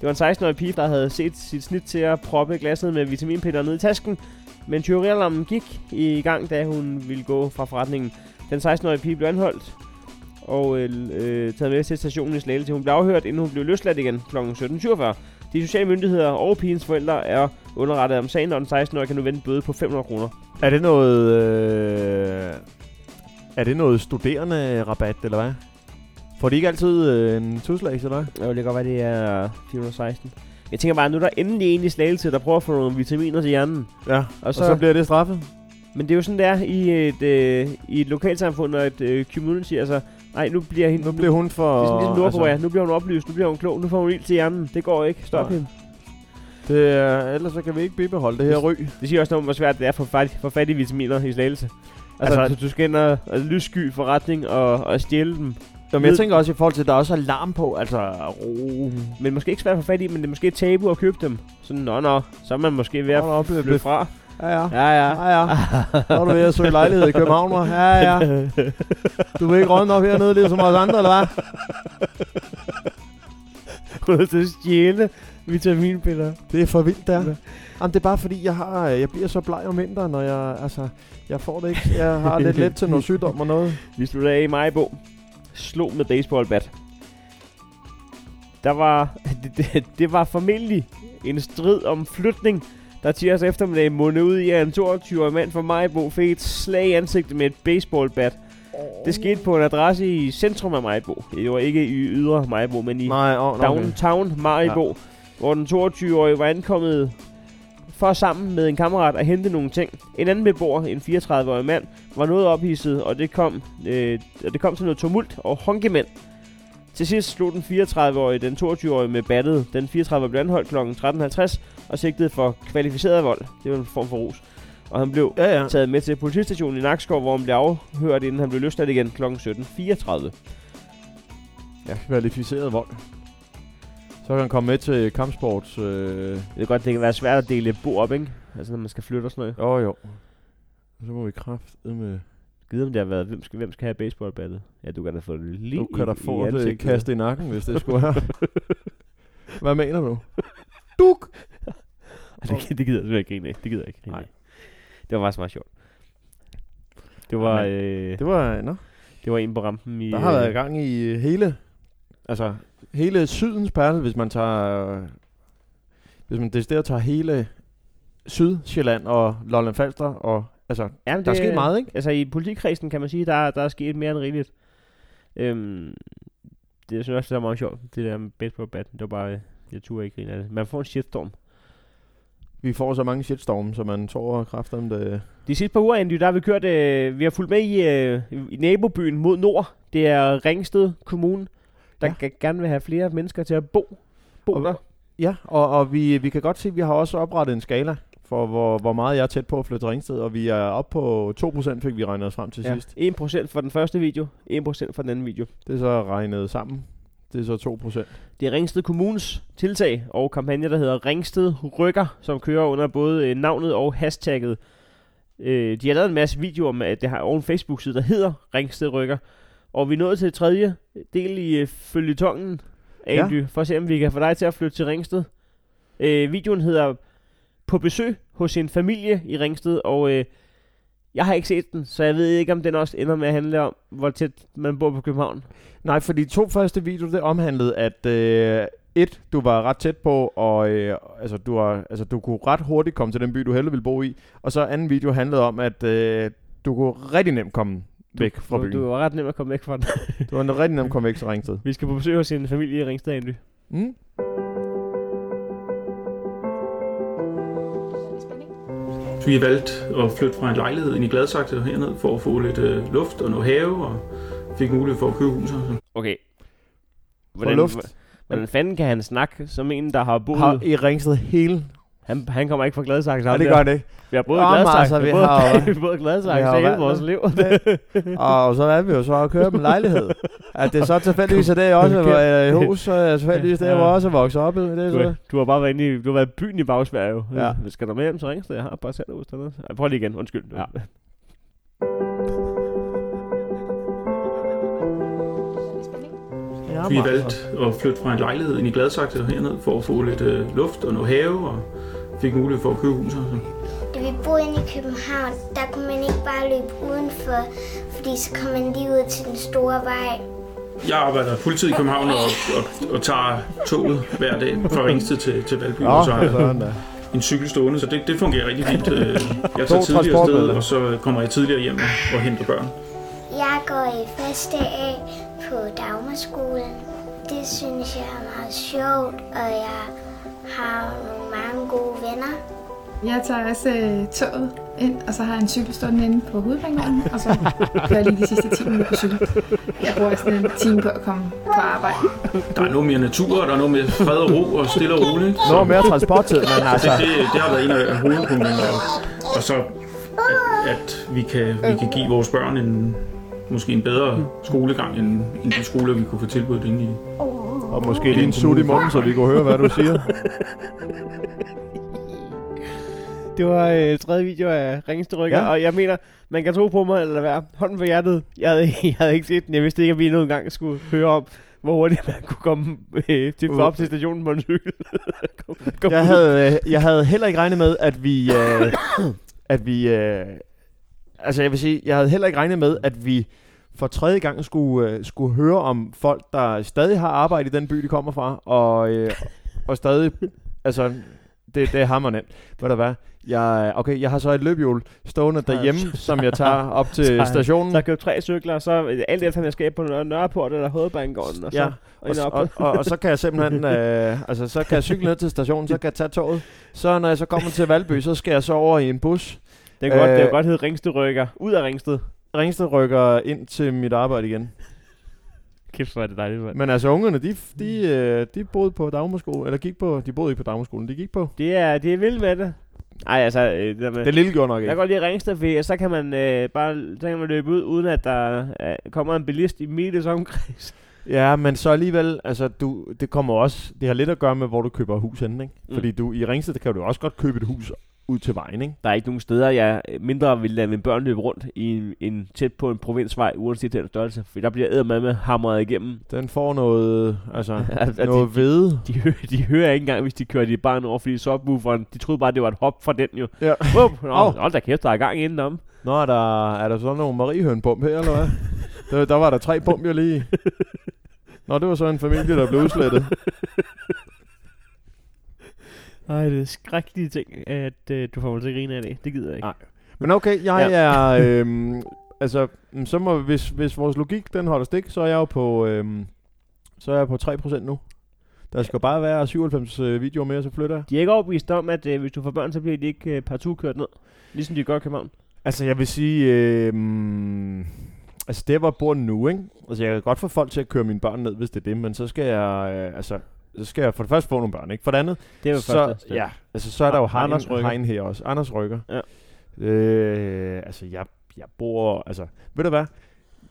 Speaker 5: Det var en 16-årig pige, der havde set sit snit til at proppe glasset med vitaminpiller ned i tasken. Men tyverialarmen gik i gang, da hun ville gå fra forretningen. Den 16-årige pige blev anholdt og øh, øh, taget med til stationen i Slagelse. Hun blev afhørt, inden hun blev løsladt igen kl. 17.47. De sociale myndigheder og pigens forældre er underrettet om sagen, og den 16-årige kan nu vente en bøde på 500 kroner.
Speaker 4: er det noget... Øh, er det noget studerende rabat, eller hvad? Får de ikke altid øh, en tuslag, eller hvad?
Speaker 5: Jo, det kan godt være, det er 416. Jeg tænker bare, nu er der endelig en i slagelse, der prøver at få nogle vitaminer til hjernen.
Speaker 4: Ja,
Speaker 5: Og
Speaker 4: og
Speaker 5: så,
Speaker 4: så, og så bliver det straffet.
Speaker 5: Men det er jo sådan, det er i et, øh, i et lokalsamfund og et øh, community. Altså, nej, nu bliver hende...
Speaker 4: Nu bliver hun for...
Speaker 5: det er sådan ligesom Nordkorea. Altså. Nu bliver hun oplyst, nu bliver hun klog, nu får hun ild til hjernen. Det går ikke. Stop
Speaker 4: Nej.
Speaker 5: hende.
Speaker 4: Altså, det er, ellers så kan vi ikke bibeholde det her ryg.
Speaker 5: Det siger også noget om, hvor svært det er for fat, for fattige vitaminer i slagelse. Altså,
Speaker 4: Altså-
Speaker 5: altså du skal ind og, og lyssky forretning og, og stjæle dem.
Speaker 4: Nå, men
Speaker 5: Ved-
Speaker 4: jeg tænker også i forhold til, at der er også alarm på, altså ro.
Speaker 5: Men måske ikke svært at få fat i, men det er måske et tabu at købe dem. Sådan, nå, nå, så er man måske ved at
Speaker 4: Hold op, det er
Speaker 5: flytte
Speaker 4: blevet-
Speaker 5: fra.
Speaker 4: Ja, ja.
Speaker 5: Ja, ja.
Speaker 4: Ja, ja. Nå er du ved at søge lejlighed i København, hva'? Ja, ja. Du vil ikke rådne op hernede, ligesom os andre, eller hvad?
Speaker 5: Prøv at stjæle vitaminpiller.
Speaker 4: Det er for vildt, der.
Speaker 5: Ja.
Speaker 4: Jamen, det er bare fordi, jeg, har, øh, jeg bliver så bleg om vinteren, og jeg, altså, jeg får det ikke. Jeg har lidt let til noget sygdom og noget.
Speaker 5: Vi slutter af i Majbo. Slog med baseballbat. Der var, det, det, det var formentlig en strid om flytning, der tirsdag eftermiddag mundede ud i, at en 22-årig mand fra Majbo fik et slag i ansigtet med et baseballbat. Det skete på en adresse i centrum af Majbo. Det var ikke i ydre Majbo, men i
Speaker 4: Nej, åh, nå, okay.
Speaker 5: Downtown Maribo, ja. hvor den 22-årige var ankommet for sammen med en kammerat at hente nogle ting. En anden beboer, en 34-årig mand, var noget ophidset, og det kom, øh, og det kom til noget tumult og honkemænd. Til sidst slog den 34-årige den 22-årige med battet. Den 34-årige blev anholdt kl. 13.50 og sigtet for kvalificeret vold. Det var en form for rus. Og han blev
Speaker 4: Ja, ja.
Speaker 5: taget med til politistationen i Nakskov, hvor han blev afhørt, inden han blev løsladt igen kl. 17.34.
Speaker 4: Kvalificeret vold. Så kan han komme med til kampsports... Øh...
Speaker 5: Jeg ved godt, det kan være svært at dele et bo op, ikke? Altså, når man skal flytte og sådan noget.
Speaker 4: Jo, oh, jo. Så må vi kraft med...
Speaker 5: Givet om det har været, hvem skal, hvem skal have baseballbattet? Ja, du kan da få det lige
Speaker 4: Du kan da få
Speaker 5: i
Speaker 4: et øh,
Speaker 5: ansigtet.
Speaker 4: kast i nakken, hvis det skulle være. Hvad mener du? Duk!
Speaker 5: Ej, det, gi- det gider jeg simpelthen ikke grine af. Det gider jeg ikke grine
Speaker 4: Nej.
Speaker 5: af. Det var faktisk meget sjovt. Det var,
Speaker 4: Jamen,
Speaker 5: øh,
Speaker 4: Det var... Nå.
Speaker 5: det var en på rampen i...
Speaker 4: Der har
Speaker 5: øh,
Speaker 4: været gang i hele, altså hele sydens perle, hvis man tager, øh, hvis man decideret tager hele Sydsjælland og Lolland Falster, og altså, der
Speaker 5: Jamen,
Speaker 4: er sket meget, ikke?
Speaker 5: Altså, i politikredsen kan man sige, der, der er sket mere end rigeligt. Øhm, det jeg synes også, det var meget sjovt, det der med baseballbatten. Det var bare, øh, jeg turde ikke grine af det. Man får en shitstorm.
Speaker 4: Vi får så mange shitstorme, så man tårer kræfter om det.
Speaker 5: De sidste par uger, Andy, der har vi kørt, øh, vi har fulgt med i, øh, i nabobyen mod nord. Det er Ringsted Kommune, der
Speaker 4: Ja.
Speaker 5: ja. gerne vil have flere mennesker til at bo, bo
Speaker 4: Og-
Speaker 5: der.
Speaker 4: Ja, og, og vi, vi kan godt se, at vi har også oprettet en skala for, hvor, hvor meget jeg er tæt på at flytte Ringsted, og vi er oppe på 2% fik vi regnet os frem til ja. sidst.
Speaker 5: 1% for den første video, 1% for den anden video.
Speaker 4: Det er så regnet sammen. Det er så 2%.
Speaker 5: Det er Ringsted Kommunes tiltag og kampagne, der hedder Ringsted Rykker, som kører under både øh, navnet og hashtagget. Øh, de har lavet en masse videoer med, at det har over en Facebook-side, der hedder Ringsted Rykker. Og vi er nået til tredje del i øh, følgetongen,
Speaker 4: Ja.
Speaker 5: Andy, for at se, om vi kan få dig til at flytte til Ringsted. Øh, videoen hedder På besøg hos en familie i Ringsted, og øh, jeg har ikke set den, så jeg ved ikke, om den også ender med at handle om, hvor tæt man bor på København.
Speaker 4: Nej, for de to første videoer, det omhandlede, at øh, et, du var ret tæt på, og øh, altså, du, var, altså, du kunne ret hurtigt komme til den by, du hellere ville bo i. Og så anden video handlede om, at øh, Du kunne rigtig nemt komme væk fra
Speaker 5: Du,
Speaker 4: byen.
Speaker 5: du var ret nem at komme væk fra den.
Speaker 4: Du var en rigtig nem komme væk til Ringsted.
Speaker 5: Vi skal på besøg hos en familie i Ringsted Andy.
Speaker 4: Mm?
Speaker 7: Så vi har valgt at flytte fra en lejlighed ind i Gladsaxe og herned for at få lidt øh, luft og noget have, og fik mulighed for at købe huset.
Speaker 5: Okay.
Speaker 4: luft.
Speaker 5: Hvordan fanden kan han snakke som en, der har boet...
Speaker 4: Har i Ringsted hele...
Speaker 5: Han, han kommer ikke fra Gladsaxe.
Speaker 4: Ja,
Speaker 5: ham
Speaker 4: det
Speaker 5: der.
Speaker 4: gør det ikke.
Speaker 5: Vi har både
Speaker 4: Jamen,
Speaker 5: Gladsaxe,
Speaker 4: altså, vi
Speaker 5: vi både,
Speaker 4: har jo-
Speaker 5: vi har både
Speaker 4: vi
Speaker 5: Gladsaxe
Speaker 4: har jo
Speaker 5: og hele
Speaker 4: valgt-
Speaker 5: vores liv.
Speaker 4: Og så er vi jo så at køre med lejlighed. At det så tilfældigvis er det, jeg også var i hus, så er jeg tilfældigvis det, jeg
Speaker 5: Ja.
Speaker 4: også er vokset op i. Det, er
Speaker 5: Du,
Speaker 4: så.
Speaker 5: du, har bare været inde i, du har været i byen i Bagsvær jo.
Speaker 4: Ja.
Speaker 5: Ja. Skal du med hjem til Ringsted? Jeg har bare sat ud dernede. Ej, prøv lige igen. Undskyld. Ja.
Speaker 7: Så vi har valgt at flytte fra en lejlighed ind i Gladsaxe og herned for at få lidt øh, luft og noget have, og fik mulighed for at købe huset.
Speaker 8: Da vi boede inde i København, der kunne man ikke bare løbe udenfor, fordi så kom man lige ud til den store vej.
Speaker 7: Jeg arbejder fuldtid i København og, og, og tager toget hver dag fra Ringsted til, til Valby,
Speaker 4: Nå,
Speaker 7: og så har jeg
Speaker 4: sådan da.
Speaker 7: en cykel stående, så det, det fungerer rigtig fint. Øh, Jeg
Speaker 4: God
Speaker 7: tager tidligere afsted,
Speaker 4: transportmidler.
Speaker 7: og så kommer jeg tidligere hjem og henter børn.
Speaker 8: Jeg går i første A på Dagmarskolen. Det synes jeg er meget sjovt, og jeg har nogle mange gode venner.
Speaker 6: Jeg tager også øh, toget ind, og så har jeg en cykel stående inde på hovedbanegården, og så kører jeg lige de sidste 10 minutter på cykel. Jeg bruger sådan en time på at komme på arbejde.
Speaker 7: Der er noget mere natur, og der er noget mere fred og ro og stille og roligt. ikke? Så-
Speaker 4: Nå, mere transporttid, men altså...
Speaker 7: det, det, det har været en af hovedpunkterne. Og, og så, at, at vi, kan, vi kan give vores børn en, måske en bedre skolegang, end, end de skoler, vi kunne få tilbudt inde i.
Speaker 4: Og måske lige en sut i munden, så vi kunne høre, hvad du siger.
Speaker 5: Det var øh, tredje video af Ringstrykker, ja.
Speaker 4: Ja.
Speaker 5: og jeg mener, man kan tro på mig eller være hånden på hjertet. Jeg havde, jeg havde ikke set den. Jeg vidste ikke, at vi endnu engang skulle høre om, hvor hurtigt man kunne komme øh, til,
Speaker 4: Uh.
Speaker 5: op til stationen på en cykel. kom, kom
Speaker 4: Jeg
Speaker 5: ud.
Speaker 4: havde, øh, jeg havde heller ikke regnet med, at vi... Øh, at vi øh, altså, jeg vil sige, jeg havde heller ikke regnet med, at vi for tredje gang skulle, øh, skulle høre om folk, der stadig har arbejde i den by, de kommer fra, og, øh, og stadig... Altså, det, det er hammer nemt. Ved du hvad? Jeg, okay, jeg har så et løbehjul stående derhjemme, som jeg tager op til stationen.
Speaker 5: Så jeg købte tre cykler, og så øh, alt efter, jeg skal på Nør- Nørreport eller Hovedbanegården, og så
Speaker 4: Ja,
Speaker 5: og
Speaker 4: Og,
Speaker 5: ind
Speaker 4: s-
Speaker 5: op.
Speaker 4: og, og, og så kan jeg simpelthen, øh, altså så kan jeg cykle ned til stationen, så kan jeg tage toget. Så når jeg så kommer til Valby, så skal jeg så over i en bus.
Speaker 5: det kunne godt, det
Speaker 4: øh,
Speaker 5: kunne godt hedde Ringsted rykker. Ud af Ringsted.
Speaker 4: Ringsted rykker ind til mit arbejde igen.
Speaker 5: Kæft, hvor er det dejligt, mand.
Speaker 4: Men altså ungerne, de, de, øh, de boede på dagmarskole, eller gik på, de boede ikke på dagmarskolen, de gik på.
Speaker 5: Det er, det er vildt med det. Ej, altså, øh, det der med...
Speaker 4: Det lille gjorde nok
Speaker 5: Jeg kan
Speaker 4: ikke.
Speaker 5: godt lide Ringsted, fordi så kan man øh, bare så kan man løbe ud, uden at der øh, kommer en bilist i miles omkreds.
Speaker 4: Ja, men så alligevel, altså du, det kommer også, det har lidt at gøre med, hvor du køber hus henne, ikke?
Speaker 5: Mm.
Speaker 4: Fordi du, i Ringsted, der kan du også godt købe et hus ud til vejen, ikke?
Speaker 5: Der er ikke nogen steder, jeg mindre vil lade mine børn løbe rundt i en, en tæt på en provinsvej, uanset den størrelse. For der bliver med med hamret igennem.
Speaker 4: Den får noget, altså,
Speaker 5: Altså,
Speaker 4: noget hvede.
Speaker 5: De, hø- de hører ikke engang, hvis de kører dit barn over, fordi subwooferen, de troede bare, det var et hop fra den jo.
Speaker 4: Ja.
Speaker 5: Bum! Nå,
Speaker 4: Au.
Speaker 5: hold da kæft, der er gang indenom.
Speaker 4: Nå, er der, er der sådan nogle mariehønbump her, eller hvad? der, der var der tre bump, jeg lige... Nå, det var så en familie, der blev udslettet.
Speaker 5: Nej, det er skrækkelige ting, at øh, du får mig til at grine af det. Det gider jeg ikke.
Speaker 4: Nej. Men okay, jeg
Speaker 5: Ja.
Speaker 4: ja. er... Øhm, altså, mm, så må, hvis, hvis vores logik, den holder stik, så er jeg jo på... Øhm, så er jeg på 3% nu. Der skal bare være 97 øh, videoer mere, så flytter jeg.
Speaker 5: De er ikke overbevist om, at øh, hvis du får børn, så bliver de ikke øh, partout kørt ned. Ligesom de gør i København.
Speaker 4: Altså, jeg vil sige... Øhm, altså, der hvor jeg bor nu, ikke? Altså, jeg kan godt få folk til at køre mine børn ned, hvis det er det, men så skal jeg... Øh, altså, så skal jeg for det første få nogle børn, ikke? For det andet,
Speaker 5: Det er jo
Speaker 4: så,
Speaker 5: første.
Speaker 4: Ja, altså så er der jo
Speaker 5: Ah, Anders
Speaker 4: Anders
Speaker 5: Rykker.
Speaker 4: Rykker. Hein her også. Anders Rykker.
Speaker 5: Ja.
Speaker 4: Øh, altså, jeg, jeg bor... Altså, ved du hvad?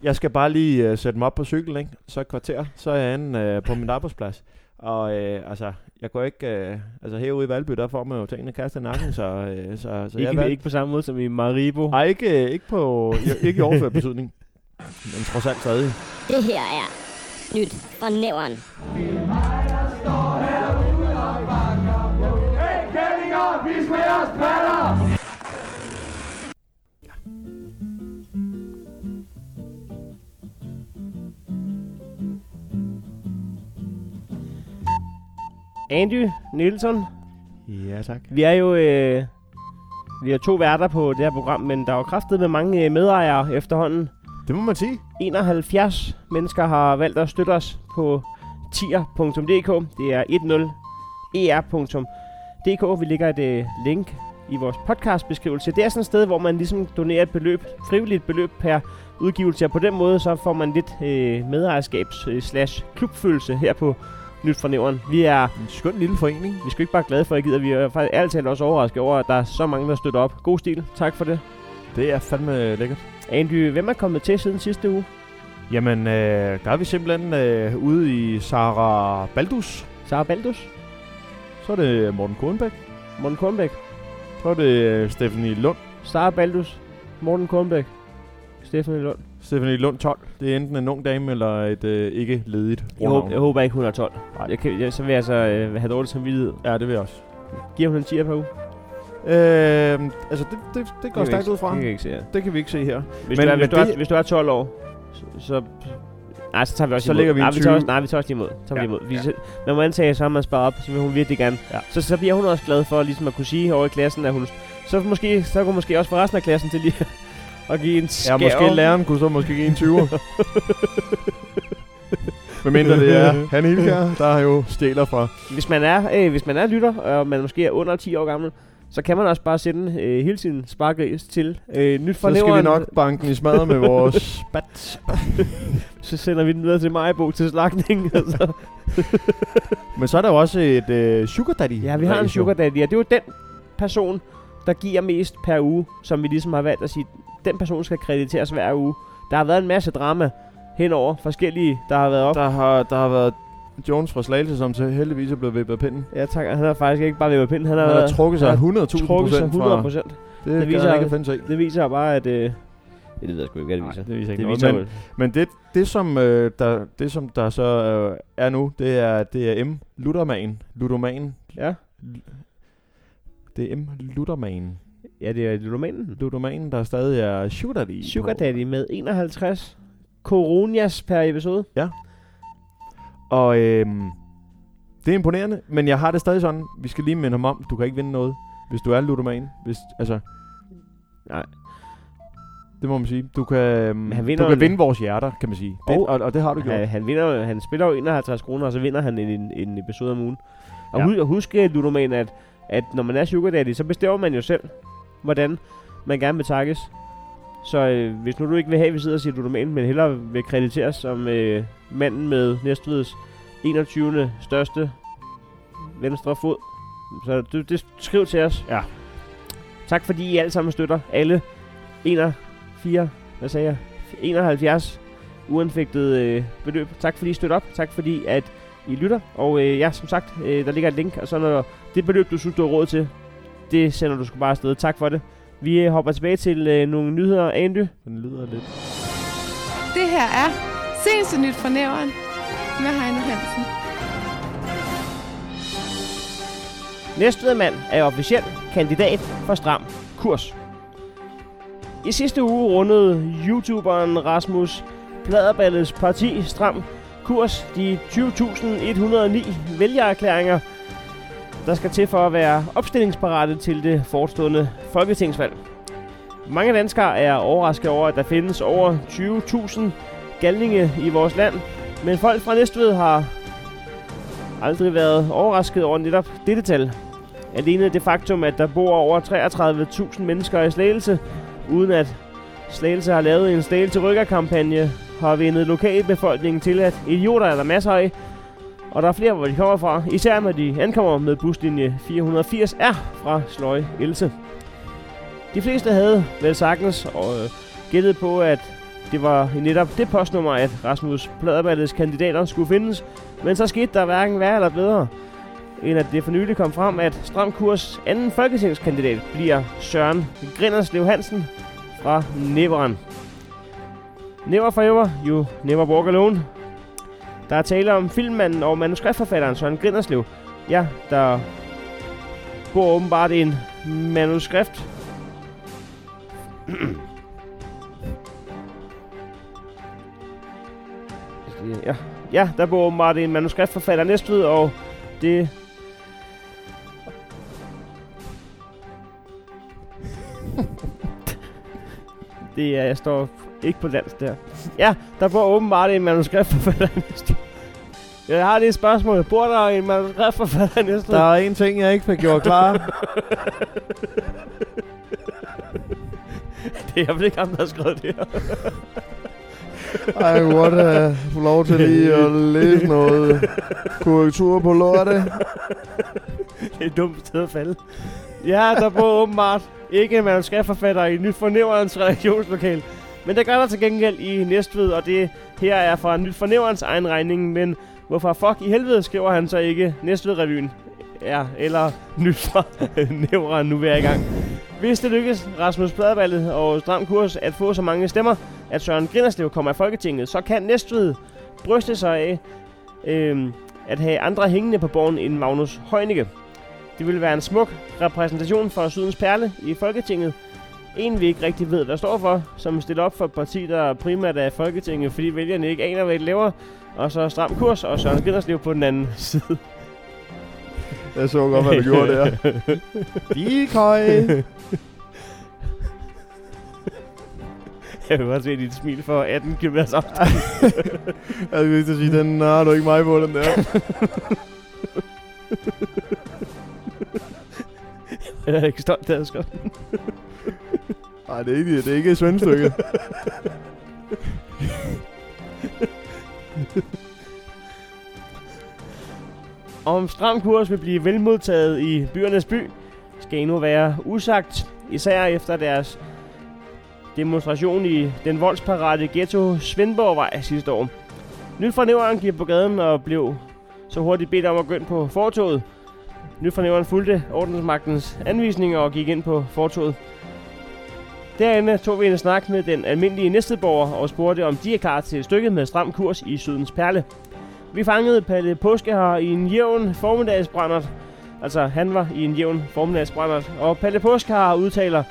Speaker 4: Jeg skal bare lige uh, sætte mig op på cyklen, ikke? Så et kvarter, så er jeg inde uh, på min arbejdsplads. Og øh, altså, jeg går ikke... Øh, altså, herude i Valby, der får man jo tingene kastet i nakken, så, øh, så, så jeg
Speaker 5: Ikke,
Speaker 4: valgte...
Speaker 5: ikke på samme måde som i Maribo.
Speaker 4: Nej, ikke, øh, ikke, på, i- ikke i overført betydning. Men trods alt stadig.
Speaker 9: Det her er nyt fra næveren.
Speaker 5: Andy Nielsen,
Speaker 4: Ja, tak.
Speaker 5: vi er jo øh, Vi har to værter på det her program, men der er jo kraftet med mange øh, medejere efterhånden.
Speaker 4: Det må man sige.
Speaker 5: 71 mennesker har valgt at støtte os på tier.dk. Det er E 10er.dk. Vi lægger et øh, link i vores podcastbeskrivelse. Det er sådan et sted, hvor man ligesom donerer et beløb, frivilligt beløb per udgivelse, og på den måde så får man lidt øh, medejerskabs øh, slash klubfølelse her på Nyt fra Nævren. Vi er
Speaker 4: En skøn lille forening.
Speaker 5: vi skal ikke bare glade for, at I gider. Vi er faktisk altid også overrasket over, at der er så mange, der støtter op. God stil. Tak for det.
Speaker 4: Det er fandme lækkert.
Speaker 5: Andy, hvem er kommet til siden sidste uge?
Speaker 4: Jamen, øh, der er vi simpelthen øh, ude i Sara Baldus.
Speaker 5: Sara Baldus?
Speaker 4: Så er det øh, Morten Kornbæk.
Speaker 5: Morten Kornbæk?
Speaker 4: Så er det øh, Stephanie Lund.
Speaker 5: Sara Baldus? Morten Kornbæk? Stefanie Lund?
Speaker 4: Stephanie Lund 12. Det er enten en ung dame eller et øh, ikke ledigt
Speaker 5: Jeg, håber,
Speaker 4: brugernavn.
Speaker 5: jeg håber ikke, hun er 12.
Speaker 4: Nej.
Speaker 5: Jeg kan, jeg, så vil jeg altså øh, have dårlig samvittighed.
Speaker 4: Ja, det vil jeg også.
Speaker 5: Giver hun en 10'er per uge?
Speaker 4: Øh, altså, det, det, det går
Speaker 5: Det kan vi
Speaker 4: stærkt
Speaker 5: ikke-
Speaker 4: ud fra.
Speaker 5: Det kan jeg ikke se, ja.
Speaker 4: Det kan vi ikke se her.
Speaker 5: Hvis, men,
Speaker 4: Men-
Speaker 5: du, er,
Speaker 4: men
Speaker 5: hvis, du er,
Speaker 4: det-
Speaker 5: hvis du er 12 år, så... så nej, så tager vi også
Speaker 4: Så
Speaker 5: imod.
Speaker 4: lægger vi en
Speaker 5: nej, vi tager
Speaker 4: 20.
Speaker 5: også, nej, vi tager også lige imod. Tager ja.
Speaker 4: Ja.
Speaker 5: imod. Vi, ja. Man må antage, at så har man sparet op, så vil hun virkelig gerne.
Speaker 4: Ja.
Speaker 5: Så, så bliver hun også glad for ligesom at kunne sige over i klassen, at hun... Så, måske, så kunne hun måske også for resten af klassen til lige at give en
Speaker 4: Ja,
Speaker 5: skæv.
Speaker 4: måske læreren kunne så måske give en 20'er. Hvad mindre det er Han Hilkær, der jo stjæler fra.
Speaker 5: Hvis man er, øh, hvis man er lytter, og man måske er under 10 år gammel, så kan man også bare sende øh, hele sin sparkris til øh, nyt fra
Speaker 4: Så skal vi
Speaker 5: Nævren.
Speaker 4: nok banke den i smadret med vores bat.
Speaker 5: Så sender vi den videre til Majbo til slagning. altså.
Speaker 4: Men så er der jo også et øh, sugar daddy.
Speaker 5: Ja, vi har en
Speaker 4: ratio.
Speaker 5: sugar daddy, og det er jo den person, der giver mest per uge, som vi ligesom har valgt at sige, den person skal krediteres hver uge. Der har været en masse drama henover, forskellige, der har været op.
Speaker 4: Der har, der har været Jones fra Slagelse, som til heldigvis er blevet vippet af pinden.
Speaker 5: Ja tak, han har faktisk ikke bare vippet pinden, han har,
Speaker 4: Han har
Speaker 5: været
Speaker 4: trukket sig
Speaker 5: han
Speaker 4: 100.000
Speaker 5: har trukket sig
Speaker 4: procent fra...
Speaker 5: 100 procent.
Speaker 4: Det, det
Speaker 5: viser
Speaker 4: viser jeg ikke
Speaker 5: at-
Speaker 4: at finde sig i.
Speaker 5: Det viser jo bare, at... Øh, det ved jeg sgu ikke, hvad det
Speaker 4: Nej,
Speaker 5: viser.
Speaker 4: det viser ikke
Speaker 5: det
Speaker 4: noget,
Speaker 5: viser
Speaker 4: men-
Speaker 5: jo-
Speaker 4: Men det, det, som, øh, der, det, som der så øh, er nu, det er, det er M. Luderman. Ludoman.
Speaker 5: Ja.
Speaker 4: Det er M. Luderman.
Speaker 5: ja, det er ludomanen.
Speaker 4: Ludoman, der stadig er sugar daddy. på.
Speaker 5: Sugar Daddy med 51 coronias per episode.
Speaker 4: Og øhm, det er imponerende, men jeg har det stadig sådan. Vi skal lige minde ham om, du kan ikke vinde noget, hvis du er ludoman. Hvis, altså,
Speaker 5: Nej.
Speaker 4: det må man sige. Du kan, øhm,
Speaker 5: han vinder
Speaker 4: du
Speaker 5: jo-
Speaker 4: kan vinde vores hjerter, kan man sige. Det,
Speaker 5: Og-
Speaker 4: og, og, det har du gjort.
Speaker 5: Han, han, vinder, jo- han spiller jo 51 kroner, og så vinder han en, en, en episode om ugen. Og
Speaker 4: Ja.
Speaker 5: ja. husk, øh, Ludoman, at, at når man er sugar daddy, så bestemmer man jo selv, hvordan man gerne vil takkes. Så øh, hvis nu du ikke vil have, at vi sidder og siger Ludoman, men hellere vil krediteres som øh, manden med Næstveds 21. største venstre fod, så du, det skriv til os.
Speaker 4: Ja.
Speaker 5: Tak fordi I alle sammen støtter. Alle 1, 4, hvad sagde jeg? 71 uanfægtet øh, beløb. Tak fordi I støtter op. Tak fordi at I lytter. Og øh, ja, som sagt, øh, der ligger et link. Og så når det beløb, du synes, du har råd til, det sender du sgu bare afsted. Tak for det. Vi øh, hopper tilbage til øh, nogle nyheder. Andy?
Speaker 4: Den lyder lidt.
Speaker 6: Det her er Seneste Nyt fra Nævren med Heino Hansen.
Speaker 5: Næstved-mand er officiel kandidat for stram kurs. I sidste uge rundede YouTuberen Rasmus Pladerballets parti Stram Kurs de 20.109 vælgererklæringer, der skal til for at være opstillingsparate til det forestående folketingsvalg. Mange danskere er overrasket over, at der findes over 20.000 galninge i vores land, men folk fra Næstved har aldrig været overrasket over netop dette tal. Alene det faktum, at der bor over 33.000 mennesker i Slagelse, uden at Slagelse har lavet en Slagelse Rykker-kampagne, har vindet lokalbefolkningen til, at idioter er der masser af, og der er flere, hvor de kommer fra, især når de ankommer med buslinje 480R fra Sløje Else. De fleste havde vel sagtens og, øh, gættet på, at det var i netop det postnummer, at Rasmus Pladerballets kandidater skulle findes, men så skete der hverken værre eller bedre, end at det for nylig kom frem, at Stram Kurs anden folketingskandidat bliver Søren Grinderslev Hansen fra Neveren. Never forever, you never walk alone. Der er tale om filmmanden og manuskriptforfatteren Søren Grinderslev. Ja, der bor åbenbart en manuskript Jeg skal lige- Ja, ja der bor åbenbart en manuskriptforfatter i Næstved, og det...
Speaker 1: Det er, jeg står ikke på dansk der. Ja, der bor åbenbart en manuskriptforfatter i Næstved. Jeg har lige et spørgsmål. Bor der en manuskriptforfatter i Næstved?
Speaker 4: Der er en ting, jeg ikke fik gjort klar.
Speaker 1: Det er i hvert fald ikke ham, der har skrevet det her.
Speaker 4: I would have fået lov til lige at læse noget korrektur på lortet.
Speaker 1: Det er et dumt sted at falde. Ja, der bor åbenbart ikke en manuskriptforfatter i Nyt Fornæverens reaktionslokal. Men det gør der til gengæld i Næstved, og det her er fra Nyt Fornæverens egen regning. Men hvorfor fuck i helvede skriver han så ikke Næstved-revyen? Ja, eller Nyt fra Nævren, nu er jeg i gang. Hvis det lykkes Rasmus Pladeballet og Stram Kurs at få så mange stemmer, at Søren Grinderslev kommer i Folketinget, så kan Næstved bryste sig af øhm, at have andre hængende på borgen end Magnus Heunicke. Det ville være en smuk repræsentation for Sydens Perle i Folketinget. En vi ikke rigtig ved, hvad står for, som stiller op for et parti, der primært er i Folketinget, fordi vælgerne ikke aner, hvad de laver. Og så stram kurs og Søren Grinderslev på den anden side.
Speaker 4: Jeg så godt, hvad du gjorde der. Decoy!
Speaker 1: Jeg kan godt se dit smil for 18 km afstand.
Speaker 4: Jeg skulle lige til at sige, den har du ikke mig på, den der.
Speaker 1: Jeg er ikke stolt af at skrive.
Speaker 4: Nej, det er ikke, det er ikke svendstykket.
Speaker 1: Om stram kurs vil blive velmodtaget i byernes by, skal endnu være usagt, især efter deres demonstration i den voldsparate ghetto Svendborgvej sidste år. Nyt fra Nævren gik på gaden og blev så hurtigt bedt om at gå ind på fortoget. Nyt fra Nævren fulgte ordensmagtens anvisninger og gik ind på fortoget. Derinde tog vi en snak med den almindelige næsteborger og spurgte, om de er klar til stykket med stram kurs i Sydens Perle. Vi fangede Palle Påske her i en jævn formiddagsbrændert. Altså, han var i en jævn formiddagsbrændert. Og Palle Påske her udtaler,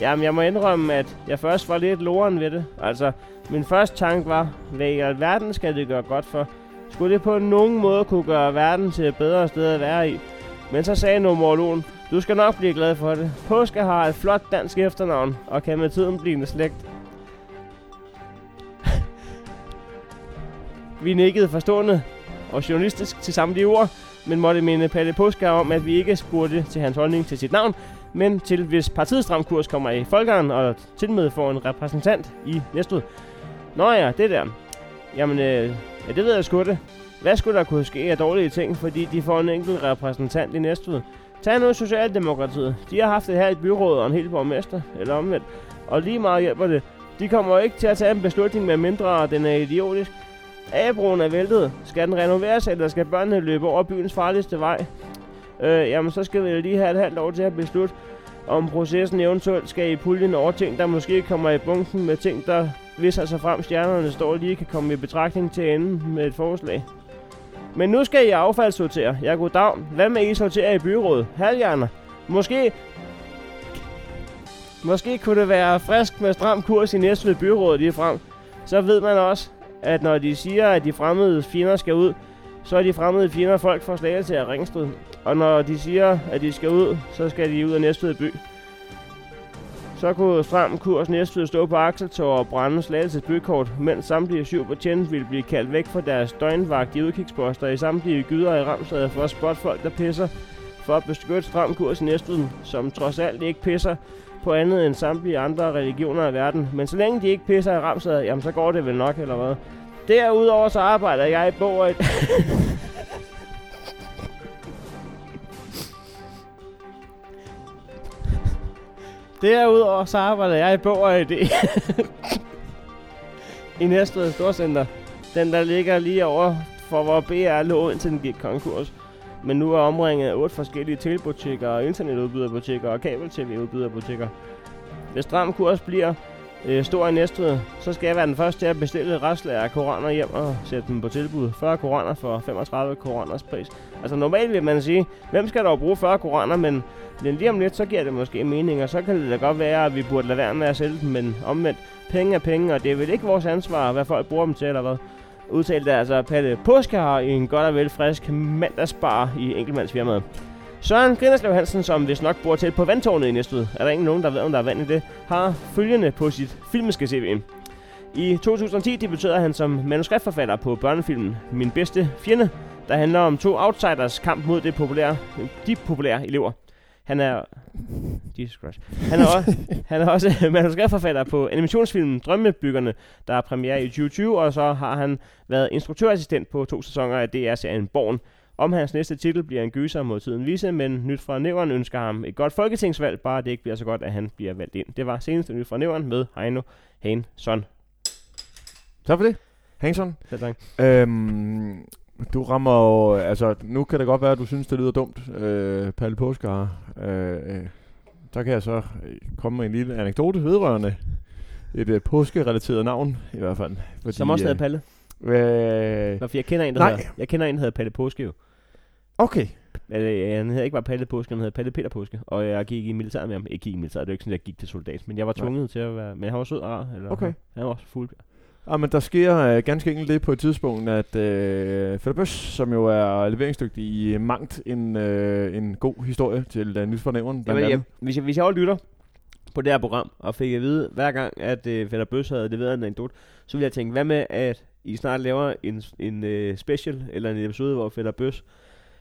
Speaker 1: Jamen, jeg må indrømme, at jeg først var lidt loren ved det. Altså, min første tanke var, hvad i alverden skal det gøre godt for? Skulle det på nogen måde kunne gøre verden til et bedre sted at være i? Men så sagde nomorologen, du skal nok blive glad for det. Påske har et flot dansk efternavn, og kan med tiden blive en slægt. Vi nikkede forstående og journalistisk til samme de ord, men måtte minde Palle Påske om, at vi ikke spurgte til hans holdning til sit navn, men til hvis partiets stram kurs kommer i Folkeren og tilmed får en repræsentant i næste Nå ja, det der. Jamen, øh, ja, det ved jeg sgu det. Hvad skulle der kunne ske af dårlige ting, fordi de får en enkelt repræsentant i næste Tag nu Socialdemokratiet. De har haft et her i byrådet og en hel borgmester, eller omvendt. Og lige meget hjælper det. De kommer ikke til at tage en beslutning, med mindre den er idiotisk. Abroen er væltet. Skal den renoveres, eller skal børnene løbe over byens farligste vej? Øh, jamen, så skal vi lige have et halvt år til at beslutte, om processen eventuelt skal i puljen over ting, der måske kommer i bunken med ting, der, hvis altså frem stjernerne står lige, kan komme i betragtning til enden med et forslag. Men nu skal I affaldssortere. Ja, goddag. Hvad med I sorterer i byrådet? Halvhjerner. Måske... Måske kunne det være frisk med stram kurs i Næstved byrådet lige frem. Så ved man også, at når de siger, at de fremmede fjender skal ud, så er de fremmede fjender folk fra Slagelse og Ringsted. Og når de siger, at de skal ud, så skal de ud af Næstved by. Så kunne stram kurs Næstved stå på Akseltorv og brænde Slagelses bykort, mens samtlige syv betjente ville blive kaldt væk fra deres døgnvagt i udkigsposter i samtlige gyder i Ramsad for at spotte folk, der pisser, for at beskytte stram kurs i Næstved, som trods alt ikke pisser på andet end samtlige andre religioner i verden. Men så længe de ikke pisser i Ramsad, jamen så går det vel nok, eller hvad? Derudover så arbejder jeg i Bog Derudover så arbejder jeg i Bog og Idé. I Næstved Storcenter. Den der ligger lige over for hvor BR lå indtil den gik konkurs. Men nu er omringet af otte forskellige telebutikker og internetudbyderbutikker og kabel-tv-udbyderbutikker. Hvis stram kurs bliver øh, stor i Næstved, så skal jeg være den første til at bestille restlager af koraner hjem og sætte dem på tilbud. 40 koraner for 35 koraners pris. Altså normalt vil man sige, hvem skal dog bruge 40 koraner, men men lige om lidt, så giver det måske mening, og så kan det da godt være, at vi burde lade være med at sælge dem, men omvendt, penge er penge, og det er vel ikke vores ansvar, hvad folk bruger dem til, eller hvad? Udtalte altså Palle Påske her i en godt og vel frisk mandagsbar i enkeltmandsfirmaet.
Speaker 5: Søren Grinerslev Hansen, som vist nok bor tæt på vandtårnet i Næstved, er der ingen nogen, der ved, om der er vand i det, har følgende på sit filmiske CV. I 2010 debuterede han som manuskriptforfatter på børnefilmen Min bedste fjende, der handler om to outsiders kamp mod det populære, de populære elever. Han er... Jesus Christ. Han er, også, han er også manuskriptforfatter på animationsfilmen Drømmebyggerne, der er premiere i 2020, og så har han været instruktørassistent på to sæsoner af DR-serien Born. Om hans næste titel bliver en gyser mod tiden vise, men nyt fra nævren ønsker ham et godt folketingsvalg, bare det ikke bliver så godt, at han bliver valgt ind. Det var seneste nyt fra nævren med Heino Hansson.
Speaker 4: Tak for det. Hanson.
Speaker 5: Selv tak.
Speaker 4: Øhm, du rammer jo, altså nu kan det godt være, at du synes, det lyder dumt, øh, Palle Påskar. Øh, øh, der kan jeg så øh, komme med en lille anekdote vedrørende et øh, påskerelateret navn, i hvert fald. Fordi,
Speaker 5: Som også hedder Palle.
Speaker 4: Palle. Øh,
Speaker 5: Nå, for jeg kender en, der
Speaker 4: nej.
Speaker 5: hedder, jeg kender en, der hedder Palle Påske jo.
Speaker 4: okay,
Speaker 5: Eller, øh, han hedder ikke bare Palle Påske, han hedder Palle Peter Påske. Og jeg gik i militæret med ham. Ikke gik i militæret, det er jo ikke sådan, jeg gik til soldat. Men jeg var
Speaker 4: Nej.
Speaker 5: tvunget til at være... Men han var sød og rar. Eller,
Speaker 4: Okay.
Speaker 5: Han var også fuld.
Speaker 4: Ah, men der sker øh, ganske enkelt det på et tidspunkt, at øh, Philip Bøs, som jo er leveringsdygtig i mangt en, øh, en god historie til øh, Nysfornævren,
Speaker 5: Jeg
Speaker 4: blandt
Speaker 5: ved,
Speaker 4: andet.
Speaker 5: jeg, hvis, jeg, hvis jeg også lytter på det her program, og fik at vide hver gang, at øh, Fætter Bøs havde leveret en anekdote, så ville jeg tænke, hvad med, at I snart laver en, en øh, special, eller en episode, hvor Fætter Bøs,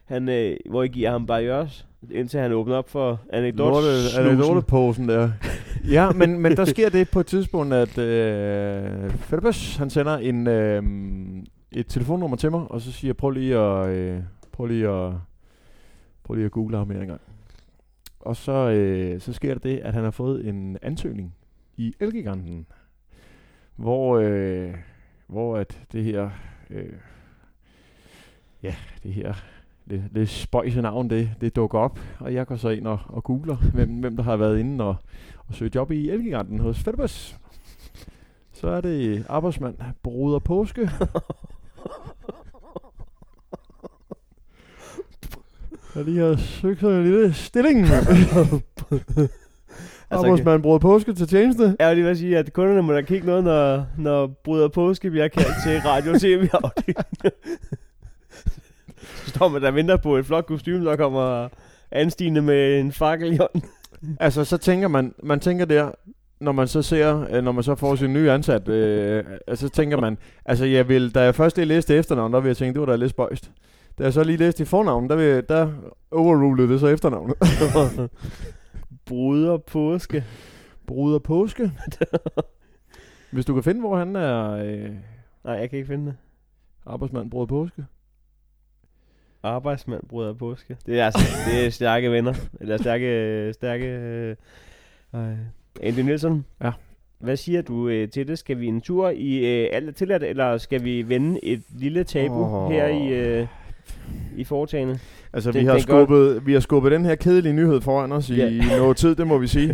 Speaker 5: han, øh, hvor I giver ham bare jørs, indtil han åbner op for
Speaker 4: Lorte-
Speaker 5: anekdote.
Speaker 4: anekdoteposen der. ja, men, men der sker det på et tidspunkt, at øh, Philip Bøs, han sender en, øh, et telefonnummer til mig, og så siger jeg, prøv lige at, øh, prøv lige at, prøv lige at google ham her engang. Og så, øh, så sker der det, at han har fået en ansøgning i Elgiganten, hvor, øh, hvor at det her, øh, ja, det her lidt, lidt spøjse navn, det, det dukker op, og jeg går så ind og, og googler, hvem, hvem der har været inde og, og søge job i Elgiganten hos Fedibus. Så er det arbejdsmand Broder Påske. Jeg lige har søgt sådan en lille stilling. Altså, Arbejdsmand Broder Påske til tjeneste.
Speaker 5: Jeg vil lige ved at sige, at kunderne må da kigge noget, når, når Bryder Påske bliver kaldt til radio og tv Så står man der og venter på et flot kostume, der kommer anstigende med en fakkel i hånden.
Speaker 4: Altså, så tænker man, man tænker der, når man så ser, øh, når man så får sin nye ansat, øh, altså, så tænker man, altså jeg vil, da jeg først lige læste efternavn, der ville jeg tænke, det var da lidt spøjst. Da jeg så lige læste i fornavn, der, vil, jeg- der overrulede det så efternavnet.
Speaker 5: Bryder Påske.
Speaker 4: Bruder Påske. Hvis du kan finde, hvor han er øh,
Speaker 5: Nej, jeg kan ikke finde det.
Speaker 4: arbejdsmand Bruder Påske.
Speaker 5: Arbejdsmand, bryder påske. Det er altså, det er stærke venner. Eller stærke, stærke... Øh, øh. Andy Nielsen.
Speaker 4: Ja.
Speaker 5: Hvad siger du øh, til det? Skal vi en tur i øh, alt er tilladt, eller skal vi vende et lille tabu
Speaker 4: Åh.
Speaker 5: oh. her i, øh, i foretagende?
Speaker 4: Altså,
Speaker 5: Det-
Speaker 4: vi, har
Speaker 5: det er godt.
Speaker 4: skubbet, vi har skubbet den her kedelige nyhed foran os i
Speaker 5: Ja.
Speaker 4: noget tid, det må vi sige.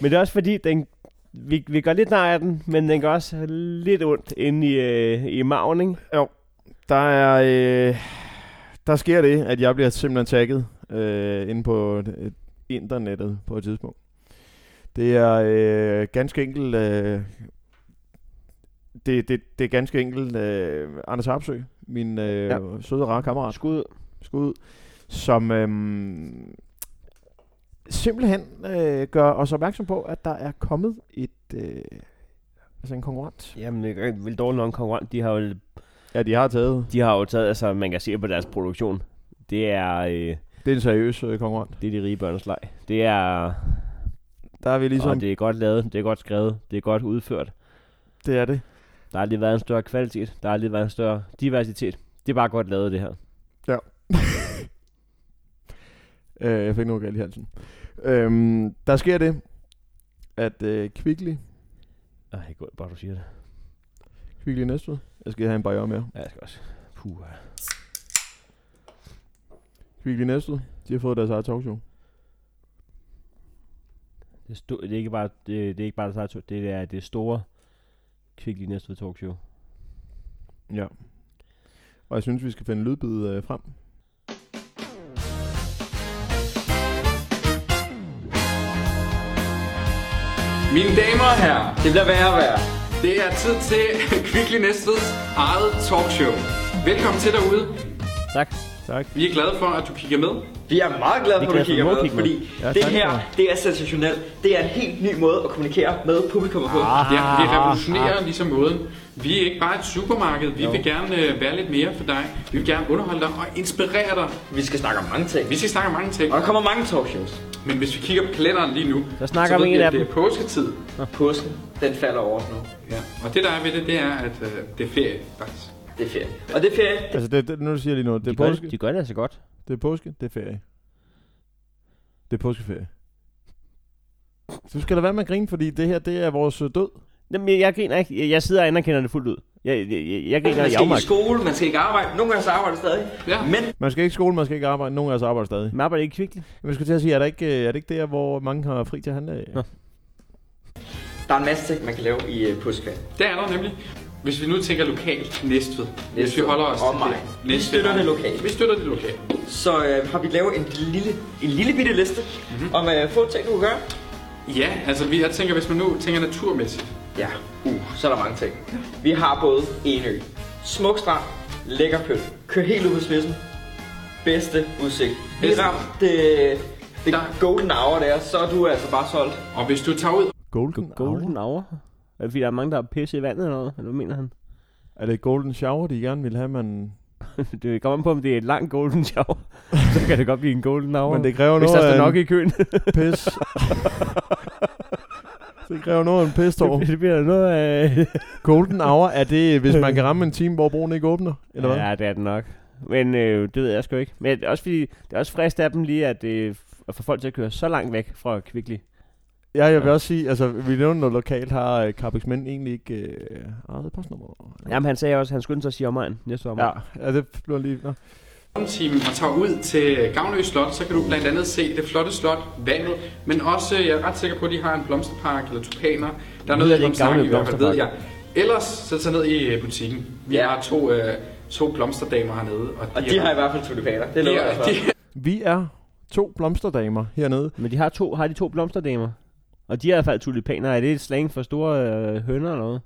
Speaker 5: Men det er også fordi, den, vi, vi gør lidt nej af den, men den gør også lidt ondt inde i, øh, i maven, ikke?
Speaker 4: Der er... Øh, der sker det, at jeg bliver simpelthen tagget øh, inde på øh, internettet på et tidspunkt. Det er øh, ganske enkelt... Øh, det, det, det er ganske enkelt øh, Anders Harpsø, min øh, ja.
Speaker 5: Ja.
Speaker 4: søde, rare kammerat
Speaker 5: Skud.
Speaker 4: skud, som øhm, simpelthen øh, gør os opmærksom på, at der er kommet et øh, altså en konkurrent.
Speaker 5: Jamen, det er vel dårligt nok en konkurrent. De har jo
Speaker 4: Ja, de har taget.
Speaker 5: De har jo taget, altså man kan se på deres produktion, det er, øh,
Speaker 4: Det er en seriøs øh, konkurrent.
Speaker 5: det er de rige børns leg. Det er,
Speaker 4: Der er vi ligesom,
Speaker 5: og det er godt lavet, det er godt skrevet, det er godt udført.
Speaker 4: det er det.
Speaker 5: Der har aldrig været en større kvalitet, der har aldrig været en større diversitet. Det er bare godt lavet, det her.
Speaker 4: Øh, jeg fik noget galt i halsen. Øhm, der sker det, at øh, Kvickly,
Speaker 5: Ej, godt, bare du siger det.
Speaker 4: Kvickly Næstved, jeg skal have en bajer mere.
Speaker 5: Ja, jeg skal også. Puh.
Speaker 4: Kvickly Næstved, de har fået deres eget talkshow.
Speaker 5: Det, sto- det, er ikke bare, det, det er ikke bare det, det, det er det store Kvickly Næstved Talkshow.
Speaker 4: Ja. Og jeg synes, vi skal finde lydbid øh, frem.
Speaker 10: Mine damer og herrer, det bliver værre og værre. Det er tid til Kvickly Næstveds eget talkshow. Velkommen til derude.
Speaker 5: Tak.
Speaker 4: Tak.
Speaker 10: Vi er glade for, at du kigger med.
Speaker 11: Vi er meget glade
Speaker 4: Vi
Speaker 11: for, at
Speaker 4: kan
Speaker 11: du
Speaker 5: altså
Speaker 11: kigger
Speaker 4: få
Speaker 11: med,
Speaker 4: lov at kigge med.
Speaker 11: fordi
Speaker 4: Ja,
Speaker 11: det
Speaker 4: tak
Speaker 11: her,
Speaker 4: for
Speaker 11: det er sensationelt. Det er en helt ny måde at kommunikere med publikummet på.
Speaker 10: Ja, vi revolutionerer ligesom måden. Vi er ikke bare et supermarked. Vi vil gerne øh, være lidt mere for dig. Vi vil gerne underholde dig og inspirere dig.
Speaker 11: Vi skal snakke om mange ting.
Speaker 10: Vi skal snakke om mange ting.
Speaker 11: Og der kommer mange talkshows.
Speaker 10: Men hvis vi kigger på kalenderen lige nu,
Speaker 5: Så snakker
Speaker 10: så
Speaker 5: vi
Speaker 10: ved
Speaker 5: en
Speaker 10: vi,
Speaker 5: af
Speaker 10: at det
Speaker 5: dem.
Speaker 10: er påsketid.
Speaker 11: Påsken, den falder over os nu.
Speaker 10: Ja. Og det der er ved det, det er, at øh, det er ferie faktisk.
Speaker 11: Det er ferie. Og det er ferie.
Speaker 4: Altså, det, det, nu siger jeg lige noget.
Speaker 5: De
Speaker 4: Det er
Speaker 5: gør,
Speaker 4: påske,
Speaker 5: det- de gør det altså godt.
Speaker 4: det er påske, det er ferie. Det er påskeferie. Så du skal da være med at grine, fordi det her, det er vores øh, død.
Speaker 5: Jamen, jeg, jeg griner ikke. Jeg, jeg sidder og anerkender det fuldt ud. Jeg, jeg, jeg, jeg griner
Speaker 11: Man skal
Speaker 5: i
Speaker 11: ikke i
Speaker 5: afmagt.
Speaker 11: skole, man skal ikke arbejde. Nogle gange så arbejder jeg stadig.
Speaker 10: Ja.
Speaker 11: Men
Speaker 4: Man skal ikke i skole, man skal ikke arbejde. Nogen af os arbejder stadig.
Speaker 5: Man arbejder ikke virkelig.
Speaker 4: Men jeg skulle til at sige, er, der ikke, øh, er det ikke der, hvor mange har fri til at handle?
Speaker 5: Nå.
Speaker 11: der er en masse ting, man kan lave i øh, påskeferien.
Speaker 10: Det er der nemlig. Hvis vi nu tænker lokalt, Næstved. Hvis vi
Speaker 11: Næstved.
Speaker 10: holder os
Speaker 11: Og
Speaker 10: til
Speaker 11: mig.
Speaker 10: det.
Speaker 11: Vi støtter det lokalt.
Speaker 10: Vi støtter det lokalt.
Speaker 11: Så øh, har vi lavet en lille, en lille bitte liste mm-hmm. om øh, få ting, du kan gøre.
Speaker 10: Mhm. Ja, altså vi, jeg tænker, hvis man nu tænker naturmæssigt.
Speaker 11: Ja, uh, så er der mange ting. Vi har både Enø, smuk strand, lækker pøl, kør helt ud på spidsen, bedste udsigt. Vi
Speaker 10: Bedste.
Speaker 11: ramt det, det
Speaker 10: Der-
Speaker 11: golden hour der, så er du altså bare solgt.
Speaker 10: Og hvis du tager ud...
Speaker 4: Golden,
Speaker 5: Golden hour. Er det fordi, der er mange, der har pisse i vandet eller noget? Eller hvad mener han?
Speaker 4: Er det golden shower, de gerne vil have, man...
Speaker 5: det kommer an på, om det er et langt golden show. så kan det godt blive en golden hour.
Speaker 4: Men det kræver
Speaker 5: Hvis
Speaker 4: noget
Speaker 5: der
Speaker 4: af
Speaker 5: står
Speaker 4: en
Speaker 5: nok i køen.
Speaker 11: øh,
Speaker 4: pis. det kræver noget af en pistår.
Speaker 5: det bliver der noget af...
Speaker 4: Golden hour, er det, hvis man kan ramme en time, hvor broen ikke åbner? Eller hvad?
Speaker 5: ja, det er det nok. Men øh, det ved jeg sgu ikke. Men det er også fordi, det er også frist af dem lige, at, øh, at få folk til at køre så langt væk fra Kvickly.
Speaker 4: Ja, jeg vil også sige, altså, vi nævner noget lokalt, har øh, Carbex Mænd egentlig ikke øh, eget postnummer?
Speaker 5: Jamen, han sagde også, at han skulle så sige omegn næste sommer.
Speaker 4: Ja, ja det blev lige... Nå.
Speaker 10: timen og tager ud til Gavnø Slot, så kan du blandt andet se det flotte slot, vandet, men også, jeg er ret sikker på, at de har en blomsterpark eller tulipaner. Der er
Speaker 5: Hedder
Speaker 10: noget
Speaker 5: det
Speaker 10: i
Speaker 5: ikke Gavnø
Speaker 10: blomsterpark, i hvert fald ved jeg.
Speaker 5: Blomsterpark?
Speaker 10: Ellers, så tag ned i øh, butikken. Vi
Speaker 11: Ja.
Speaker 10: har to, øh, to blomsterdamer hernede.
Speaker 11: Og de har i hvert fald tulipaner. Det
Speaker 10: de,
Speaker 11: lover jeg
Speaker 10: er,
Speaker 11: for.
Speaker 10: de,
Speaker 4: Vi er to blomsterdamer hernede.
Speaker 5: Men de har, to, har de to blomsterdamer. Og de er i hvert fald tulipaner. Er det et slang for store øh, hønder eller noget?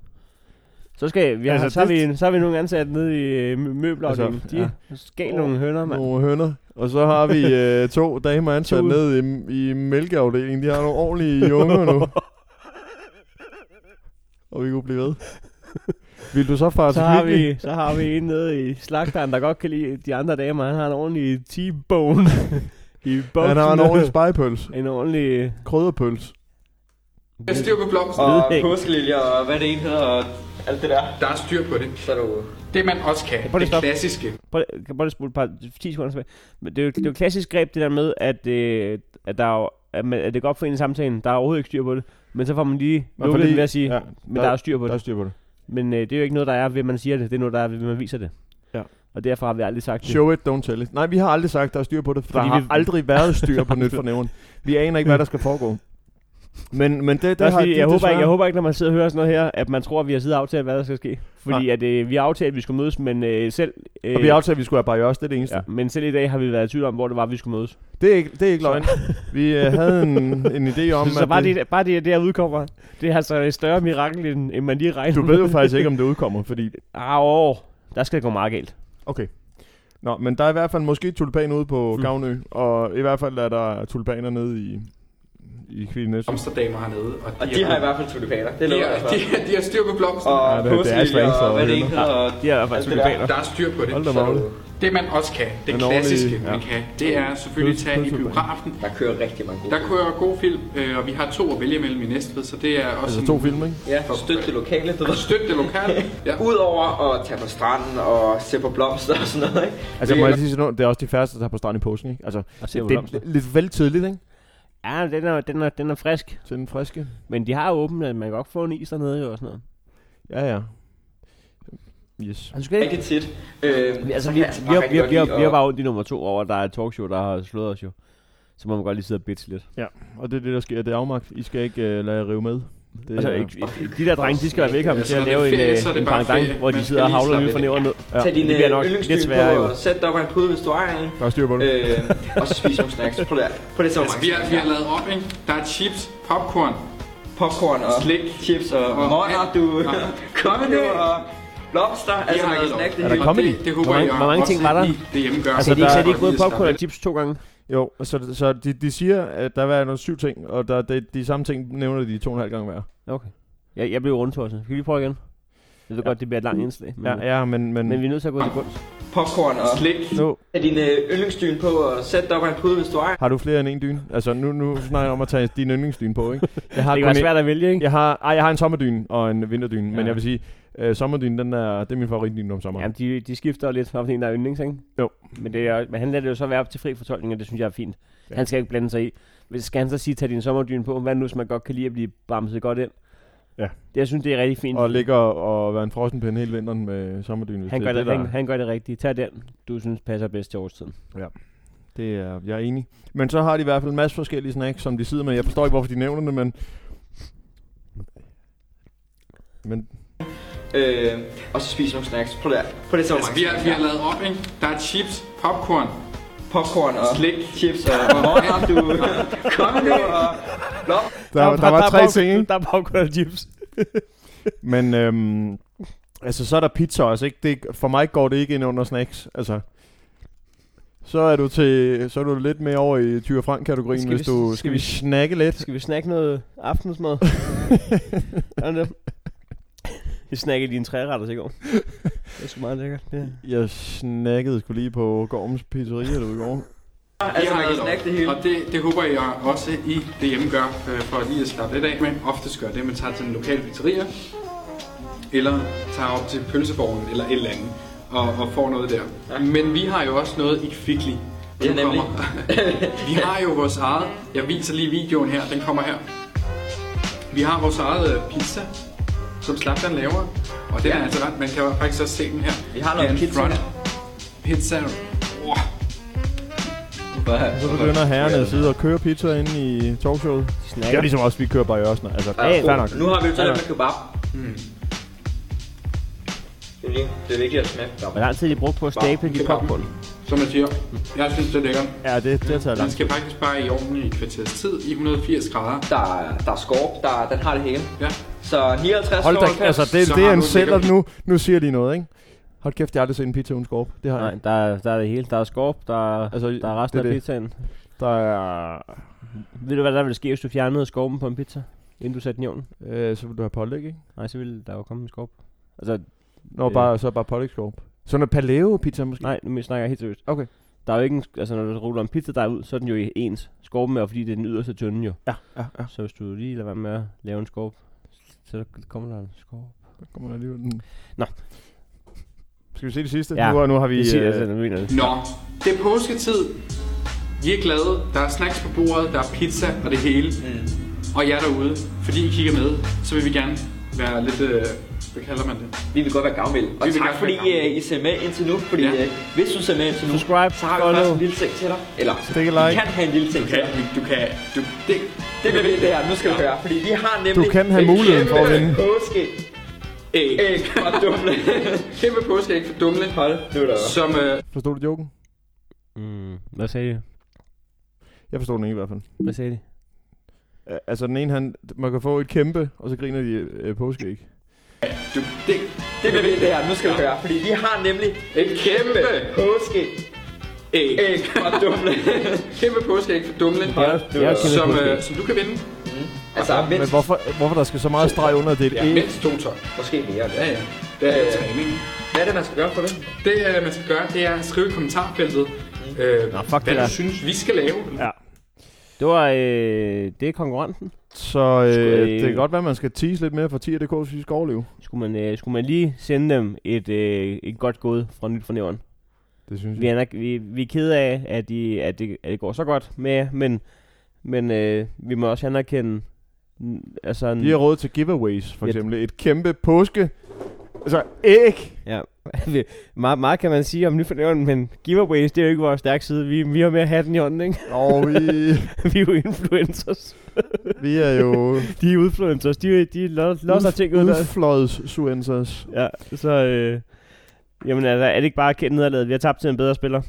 Speaker 5: Så, skal vi, altså,
Speaker 4: Altså,
Speaker 5: så, har
Speaker 4: det-
Speaker 5: vi, så har vi nogle ansatte nede i øh, mø- møbelafdelingen.
Speaker 4: Altså,
Speaker 5: Altså, de ja. skal
Speaker 4: Åh,
Speaker 5: nogle hønder, mand.
Speaker 4: Nogle hønder. Og så har vi øh, to damer ansat
Speaker 5: To.
Speaker 4: nede i, i mælkeafdelingen. De har nogle ordentlige unger nu. Og vi kunne blive ved. Vil du så fare
Speaker 5: Så
Speaker 4: til
Speaker 5: har,
Speaker 4: Kvickly?
Speaker 5: vi, så har vi en nede i slagteren, der godt kan lide de andre damer. Han har en ordentlig T-bone i boksen.
Speaker 4: Han har en ordentlig spejpøls.
Speaker 5: En ordentlig...
Speaker 4: Krydderpøls.
Speaker 10: de har styr på blomster.
Speaker 11: Og
Speaker 5: Vedhæng.
Speaker 11: påskeliljer og hvad det ene hedder og alt det der.
Speaker 10: Der er styr på det.
Speaker 11: Så er du...
Speaker 10: Det man også kan,
Speaker 5: prøv lige
Speaker 10: det
Speaker 5: at stoppe.
Speaker 10: klassiske.
Speaker 5: Prøv, lige- kan bare lige spole et par 10 sekunder tilbage. Men det er jo, det er jo et klassisk greb, det der med, at, øh, at, der er, jo- at, man, at det går op for en i samtalen. Der er overhovedet ikke styr på det. Men så får man lige
Speaker 4: Man får
Speaker 5: lukket
Speaker 4: lige-
Speaker 5: den ved at sige,
Speaker 4: ja,
Speaker 5: ja, men der, der er styr på
Speaker 4: Der
Speaker 5: det.
Speaker 4: er styr på det.
Speaker 5: Men øh, det er jo ikke noget, der er ved, at man siger det. Det er noget, der er ved, at man viser det.
Speaker 4: Ja.
Speaker 5: Og derfor har vi aldrig sagt det.
Speaker 4: Show it, don't tell it. Nej, vi har aldrig sagt, der er styr på det, for
Speaker 5: Fordi
Speaker 4: der har
Speaker 5: vi-
Speaker 4: aldrig været styr på nyt for nævren. Vi aner ikke, hvad der skal foregå. Men, men det,
Speaker 5: Det
Speaker 4: det
Speaker 5: er
Speaker 4: har
Speaker 5: fordi,
Speaker 4: de
Speaker 5: jeg, håber ikke,
Speaker 4: desværre-
Speaker 5: jeg håber ikke, når man sidder og hører sådan noget her, at man tror, at vi har siddet og aftalt, hvad der skal ske. Fordi at, øh, vi har aftalt, at vi skulle mødes, men øh, selv... Øh,
Speaker 4: Og vi aftalte, at vi skulle have barriørs, det er det eneste.
Speaker 5: ja, men selv i dag har vi været i tvivl om, hvor det var, vi skulle mødes.
Speaker 4: Det er ikke, det er ikke løgn. Vi øh, havde en, en idé om,
Speaker 5: Om, så
Speaker 4: at
Speaker 5: bare
Speaker 4: det,
Speaker 5: det, bare det, at det her udkommer, det er altså et større mirakel, end, end man lige regner
Speaker 4: du ved jo faktisk ikke, om det udkommer, fordi...
Speaker 5: Ah, åh, der skal det gå meget galt.
Speaker 4: Okay. Nå, men der er i hvert fald måske tulipan ude på
Speaker 5: Mm.
Speaker 4: Gavnø, og i hvert fald er der tulipaner nede i, i Kvindes.
Speaker 10: Blomsterdamer hernede. Og de,
Speaker 11: Og de har i hvert fald tulipaner. Det
Speaker 10: de,
Speaker 11: lover jeg
Speaker 10: har,
Speaker 11: for.
Speaker 10: de, har- de har styr på blomster.
Speaker 4: Ja,
Speaker 11: Og
Speaker 4: det- det er
Speaker 11: påskeliljer
Speaker 4: slang for
Speaker 11: og hvad det
Speaker 4: hønder.
Speaker 11: ene hedder og
Speaker 5: De er i hvert fald
Speaker 11: alt det der.
Speaker 5: tulipaner.
Speaker 10: Der er styr på det.
Speaker 4: Hold da
Speaker 11: Så er
Speaker 4: magle.
Speaker 11: du-
Speaker 10: Det man også kan, det
Speaker 4: En
Speaker 10: klassiske
Speaker 4: ordentlig- ja. altså
Speaker 10: man kan, det er selvfølgelig at tage i biografen.
Speaker 11: Der kører rigtig mange gode.
Speaker 10: Der kører god film, øh, og vi har to at vælge mellem i Næstved, så det er også
Speaker 4: Altså
Speaker 10: en-
Speaker 4: to film, ikke?
Speaker 11: Ja, støt det lokale, du ved.
Speaker 10: Støt det lokale. Ja.
Speaker 11: Udover at tage på stranden og se på blomster og sådan noget, ikke?
Speaker 4: Altså,
Speaker 11: Det-
Speaker 4: må jeg lige sige noget? Det er også de færreste, der tager på stranden i påsken, ikke? Altså,
Speaker 5: Og se,
Speaker 4: det,
Speaker 5: hvor
Speaker 4: det,
Speaker 5: blomster.
Speaker 4: er lidt vel tidligt, ikke?
Speaker 5: Ja, den er, den, er, den er frisk.
Speaker 4: Til den friske.
Speaker 5: Men de har jo åbent, at man kan godt få en is dernede jo og sådan noget.
Speaker 4: Ja, ja. Yes.
Speaker 5: Altså, skal
Speaker 11: rigtig tit. Øh,
Speaker 5: Altså,
Speaker 11: så
Speaker 5: vi,
Speaker 11: kan jeg altså
Speaker 5: vi,
Speaker 11: bare
Speaker 5: har,
Speaker 11: rigtig
Speaker 5: vi, har,
Speaker 11: godt
Speaker 5: vi,
Speaker 11: lide
Speaker 5: har, vi har
Speaker 11: at-
Speaker 5: bare ondt i nummer to over, at der er et talkshow, der har slået os jo. Så må man godt lige sidde og bitch lidt.
Speaker 4: Og det er det, der sker. Det er afmagt. I skal ikke øh, lade jer rive med. Det,
Speaker 5: Altså,
Speaker 4: er-
Speaker 5: ikke, de der drenge, de skal være velkommen
Speaker 10: Altså,
Speaker 5: til at
Speaker 10: når det er
Speaker 5: lave en,
Speaker 10: ferie, så er
Speaker 5: øh,
Speaker 10: det
Speaker 5: en
Speaker 10: bare
Speaker 5: pangdang,
Speaker 10: ferie.
Speaker 5: hvor de
Speaker 10: Man
Speaker 5: sidder og
Speaker 10: skal lige
Speaker 5: havler
Speaker 10: slappe
Speaker 5: ned fra
Speaker 10: lidt
Speaker 5: nævren ned. Ja,
Speaker 11: Tag din
Speaker 5: det bliver nok lidt
Speaker 11: yndlingsdyr
Speaker 5: sværere
Speaker 11: på,
Speaker 5: jo.
Speaker 11: og sæt dig op af en pude, hvis du ejer en.
Speaker 4: Der er styr på det.
Speaker 11: Øh, og så spis nogle snacks. Prøv det her. Prøv det så
Speaker 10: Altså,
Speaker 11: mange
Speaker 10: vi har, vi har
Speaker 11: snacks.
Speaker 10: lavet op, ikke? Der er chips, popcorn,
Speaker 11: popcorn og
Speaker 10: Slik.
Speaker 11: chips og
Speaker 10: Og-
Speaker 11: måner, du
Speaker 10: Ja.
Speaker 11: kom nu og blomster, altså man kan snakke det
Speaker 4: Er der comedy?
Speaker 11: Det, det håber
Speaker 4: Hvor mange-
Speaker 11: jeg.
Speaker 4: hvor mange ting var der?
Speaker 11: Det hjemmegør.
Speaker 4: Altså, der-
Speaker 5: chips to gange?
Speaker 4: Jo, så, så de, de siger, at der var nogle syv ting, og der, de, de samme ting nævner de to og en halv gange hver.
Speaker 5: Okay. Jeg, jeg blev rundtosset. Kan vi lige prøve igen? Jeg ved ja. godt, det bliver et langt indslag. Men, øh,
Speaker 4: Ja, øh, ja, men- men-
Speaker 5: Mm. men vi er nødt til at gå til bunds.
Speaker 11: popcorn og slik.
Speaker 4: No.
Speaker 11: Tag din øh, yndlingsdyn på og sæt dig op af en pude, hvis du ejer.
Speaker 4: Har du flere end en dyne? Altså, nu, nu snakker jeg om at tage din yndlingsdyne på, ikke? Jeg har
Speaker 5: Det kan
Speaker 4: kun
Speaker 5: være
Speaker 4: en-
Speaker 5: svært at vælge, ikke?
Speaker 4: Jeg har, ej, jeg har en sommerdyne og en vinterdyne, ja. men
Speaker 5: Ja.
Speaker 4: jeg vil sige, øh, sommerdyne, den er, det er min favoritdyne om sommeren.
Speaker 5: Jamen, de, de skifter jo lidt fra en, der er yndlings, ikke?
Speaker 4: Jo.
Speaker 5: Men, det er, men han lader det jo så være op til fri fortolkning, og det synes jeg er fint. Ja. Han skal ikke blande sig i. Hvis skal han så sige, tag din sommerdyne på, hvad nu, hvis man godt kan lide at blive bamset godt ind?
Speaker 4: Ja.
Speaker 5: Det, jeg synes, det er rigtig fint.
Speaker 4: Og ligger og være en frossenpinde hele vinteren med sommerdyne. hvis
Speaker 5: han,
Speaker 4: det,
Speaker 5: gør
Speaker 4: er
Speaker 5: det,
Speaker 4: det, der-
Speaker 5: han, han gør det rigtigt. Tag den, du synes passer bedst til årstiden.
Speaker 4: Ja. Det er, jeg er enig. Men så har de i hvert fald en masse forskellige snacks, som de sidder med. Jeg forstår ikke, hvorfor de nævner det, men... Men
Speaker 11: Øh, og så spis nogle snacks. Prøv det her. Prøv det så
Speaker 10: Altså, vi har, vi har lavet op, ikke? Der er chips, popcorn,
Speaker 11: popcorn og
Speaker 10: slik,
Speaker 11: chips og... Hvor har du? Kom nu og... Blå.
Speaker 4: Der, der, der var tre
Speaker 5: bag-
Speaker 4: ting, ikke?
Speaker 5: Der er popcorn og chips.
Speaker 4: Men øhm, altså, så er der pizza også, ikke? Det, for mig går det ikke ind under snacks, altså. Så er du, til, så er du lidt mere over i Tyre Frank-kategorien,
Speaker 5: Skal
Speaker 4: hvis
Speaker 5: vi-
Speaker 4: du... Skal,
Speaker 5: skal
Speaker 4: vi
Speaker 5: vi-
Speaker 4: snakke lidt?
Speaker 5: Skal vi snakke noget aftensmad? er det det? Vi snakkede lige en træretter i går. Det er sgu meget lækkert. Det.
Speaker 4: Jeg snakkede skulle lige på Gorms Pizzeria, du i går.
Speaker 10: Vi har
Speaker 11: man kan
Speaker 10: lavet
Speaker 11: snakke
Speaker 10: op.
Speaker 11: det hele.
Speaker 10: Og det, det håber jeg også, I det hjemme gør, øh, for lige at slappe lidt af med. Oftest gør det, man tager til en lokal pizzeria, eller tager op til pølseborgen, eller et eller andet, og, og får noget der. Men vi har jo også noget, I fik lige.
Speaker 11: Ja, nemlig.
Speaker 10: vi har jo vores eget, jeg viser lige videoen her, den kommer her. Vi har vores eget øh, pizza, som Slapdan laver, og den er altså ret, man kan jo faktisk også se den her.
Speaker 11: Vi har noget
Speaker 10: Den
Speaker 11: pizza
Speaker 10: front
Speaker 11: her.
Speaker 10: Pizza. Wow.
Speaker 4: Så begynder herrerne at sidde og køre pizza inde i talkshowet. Det er jo ligesom også, vi kører bare i Ørsner. Altså,
Speaker 11: Ja,
Speaker 4: fair nok.
Speaker 11: Nu har vi jo
Speaker 4: Fair
Speaker 11: taget med
Speaker 4: nok.
Speaker 11: kebab.
Speaker 5: Hmm.
Speaker 11: Det er det. Det er vigtigt at smage kebab.
Speaker 5: Hvor lang tid har de brugt på at stable de popcorn?
Speaker 10: Som jeg siger, jeg synes, det er lækkert.
Speaker 4: Ja, det, det har taget
Speaker 10: Den
Speaker 4: langt.
Speaker 10: skal faktisk bare i ovnen i et kvarters tid i 180 grader.
Speaker 11: Der, er- der er skorp, der, den har det hele.
Speaker 10: Ja.
Speaker 11: Så 59
Speaker 4: Hold da, altså, det,
Speaker 10: Så har
Speaker 4: det er
Speaker 10: du
Speaker 4: en
Speaker 10: en
Speaker 4: sælger
Speaker 10: lækker-
Speaker 4: nu. Nu siger de noget, ikke? Hold kæft, jeg har aldrig set en pizza uden skorp. Det har jeg.
Speaker 5: Nej, der, er- der er det hele. Der er skorp, der, er-
Speaker 4: Altså,
Speaker 5: der er resten
Speaker 4: det er
Speaker 5: af
Speaker 4: det.
Speaker 5: pizzaen.
Speaker 4: Der er...
Speaker 5: Ved du, hvad der ville ske, hvis du fjernede skorpen på en pizza, inden du satte den i ovnen?
Speaker 4: Øh, så vil du have pålæg, ikke?
Speaker 5: Nej, så ville der jo komme en skorp. Altså,
Speaker 4: Nå,
Speaker 5: Øh.
Speaker 4: bare, så bare pålægskorp. Sådan noget paleo-pizza måske?
Speaker 5: nej, nu snakker jeg helt seriøst.
Speaker 4: Okay.
Speaker 5: Der er jo ikke en, altså når du ruller en pizza der ud, så er den jo i ens. Skorpen er jo, fordi det er den yderste tynde jo.
Speaker 4: Ja, ja, ja.
Speaker 5: Så hvis du lige lader være med at lave en skorp, så kommer der en skorp.
Speaker 4: Der kommer der alligevel den.
Speaker 5: Nå.
Speaker 4: Skal vi se det sidste?
Speaker 5: Ja,
Speaker 4: Nu, er- nu har vi...
Speaker 5: det siger,
Speaker 4: øh,
Speaker 5: altså, jeg mener det.
Speaker 10: Nå, det er påsketid. I er glade. Der er snacks på bordet, der er pizza og det hele. Mm. Og jer derude, fordi I kigger med, så vil vi gerne være lidt... Øh, hvad kalder man det?
Speaker 11: Vi vil godt være gavmilde. Og
Speaker 10: Vi vil
Speaker 11: tak
Speaker 10: gerne
Speaker 11: fordi
Speaker 10: være gavmilde.
Speaker 11: øh, I ser med indtil nu, fordi
Speaker 10: Ja.
Speaker 11: øh, hvis du ser med indtil nu,
Speaker 5: Subscribe,
Speaker 11: så har vi
Speaker 5: follow.
Speaker 11: faktisk en lille ting til dig. Eller,
Speaker 4: Stik et like.
Speaker 11: vi kan have en lille ting
Speaker 10: Du
Speaker 11: til
Speaker 10: kan,
Speaker 11: dig.
Speaker 10: du kan, du, det,
Speaker 11: Det vil vi det her, nu skal du høre, fordi vi har nemlig
Speaker 4: Du kan have
Speaker 11: en
Speaker 4: muligheden for at
Speaker 11: kæmpe
Speaker 4: vinde.
Speaker 11: påske
Speaker 10: æg.
Speaker 11: æg og dumle.
Speaker 10: Kæmpe påske, ikke for dumle.
Speaker 11: Hold nu er der.
Speaker 10: Som, øh,
Speaker 4: Forstod du joken?
Speaker 5: Mm, hvad sagde de?
Speaker 4: Jeg forstod den ikke i hvert fald.
Speaker 5: Hvad sagde de?
Speaker 4: Øh, Altså den ene, han, man kan få et kæmpe, og så griner de øh, påskeæg.
Speaker 10: du, det,
Speaker 11: Det vil vi det her, nu skal du høre, fordi vi har nemlig en kæmpe påske
Speaker 10: æg.
Speaker 11: æg og dumle.
Speaker 10: Kæmpe påske, ikke for dumle.
Speaker 5: er- det er jo kæmpe
Speaker 10: som,
Speaker 5: påskeæg.
Speaker 10: øh, som du kan vinde,
Speaker 11: Altså,
Speaker 4: Men
Speaker 11: mindst
Speaker 4: hvorfor, hvorfor der skal så meget streg under, at det er et æg?
Speaker 10: mindst to tøj.
Speaker 11: måske mere.
Speaker 10: Ja, ja. Det er
Speaker 11: Øh,
Speaker 10: træning.
Speaker 11: Hvad er det, man skal gøre for det?
Speaker 10: Det øh, man skal gøre, det er at skrive i kommentarfeltet, øh, Nå,
Speaker 5: fuck
Speaker 10: hvad
Speaker 5: det der.
Speaker 10: du synes, vi skal lave.
Speaker 5: Ja. Det var, øh, det er konkurrenten.
Speaker 4: Så
Speaker 5: Skulle
Speaker 4: øh,
Speaker 5: jeg-
Speaker 4: det kan godt være, at man skal tease lidt mere for 10.dk, hvis vi skal overleve.
Speaker 5: Skulle man, øh, skulle man lige sende dem et, øh, et godt god fra Nyt Fornævren?
Speaker 4: Det synes
Speaker 5: Vi
Speaker 4: jeg.
Speaker 5: er, nok- vi, vi er kede af, at, I, at, det, at det går så godt med jer, men, men øh, vi må også anerkende... mm, Altså, en,
Speaker 4: De har råd til giveaways, for
Speaker 5: Ja.
Speaker 4: eksempel. Et kæmpe påske... Altså æg!
Speaker 5: ja, vi- meget, meget kan man sige om Nyt Fornævren, men giveaways, det er jo ikke vores stærke side. Vi, vi har mere hatten i hånden, ikke?
Speaker 4: Og vi,
Speaker 5: vi er jo influencers.
Speaker 4: vi er jo
Speaker 5: De er influencers. De, de låser ting ud der.
Speaker 4: udfløjets suensers.
Speaker 5: Ja, så... Øh, jamen altså, er det ikke bare at kende nederlaget? Vi har tabt til en bedre spiller.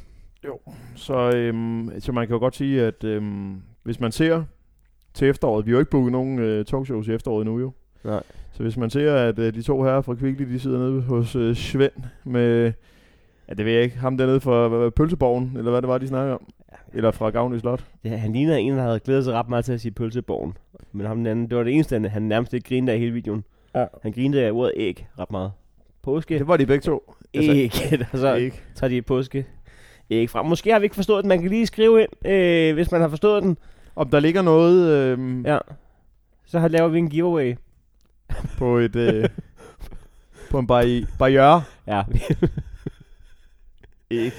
Speaker 4: Så, øhm, så man kan jo godt sige, at øhm, hvis man ser til efteråret, vi har jo ikke booket nogen øh, talkshows i efteråret nu jo.
Speaker 5: Nej.
Speaker 4: Så hvis man ser, at øh, de to herrer fra Kvickly, de sidder nede hos øh, Svend med, ja det ved jeg ikke, ham dernede fra hvad- hvad, Pølseborgen, eller hvad det var, de snakker om. Eller fra Gavnø Slot.
Speaker 5: Ja, han ligner en, der havde glædet sig ret meget til at sige pølseborgen. Men ham den anden, det var det eneste, han- han nærmest ikke grinede af i hele videoen.
Speaker 4: Ja.
Speaker 5: Han grinede af ordet æg ret meget. Påske.
Speaker 4: Det var de begge to. Altså-
Speaker 5: Æg. Og så æg. tager de påske. Æg frem. Måske har vi ikke forstået den. Man kan lige skrive ind, øh, hvis man har forstået den.
Speaker 4: Om der ligger noget... Øh...
Speaker 5: Ja. Så har- laver vi en giveaway.
Speaker 4: På et... Øh, på en barri- barriere.
Speaker 5: Ja. Ikke.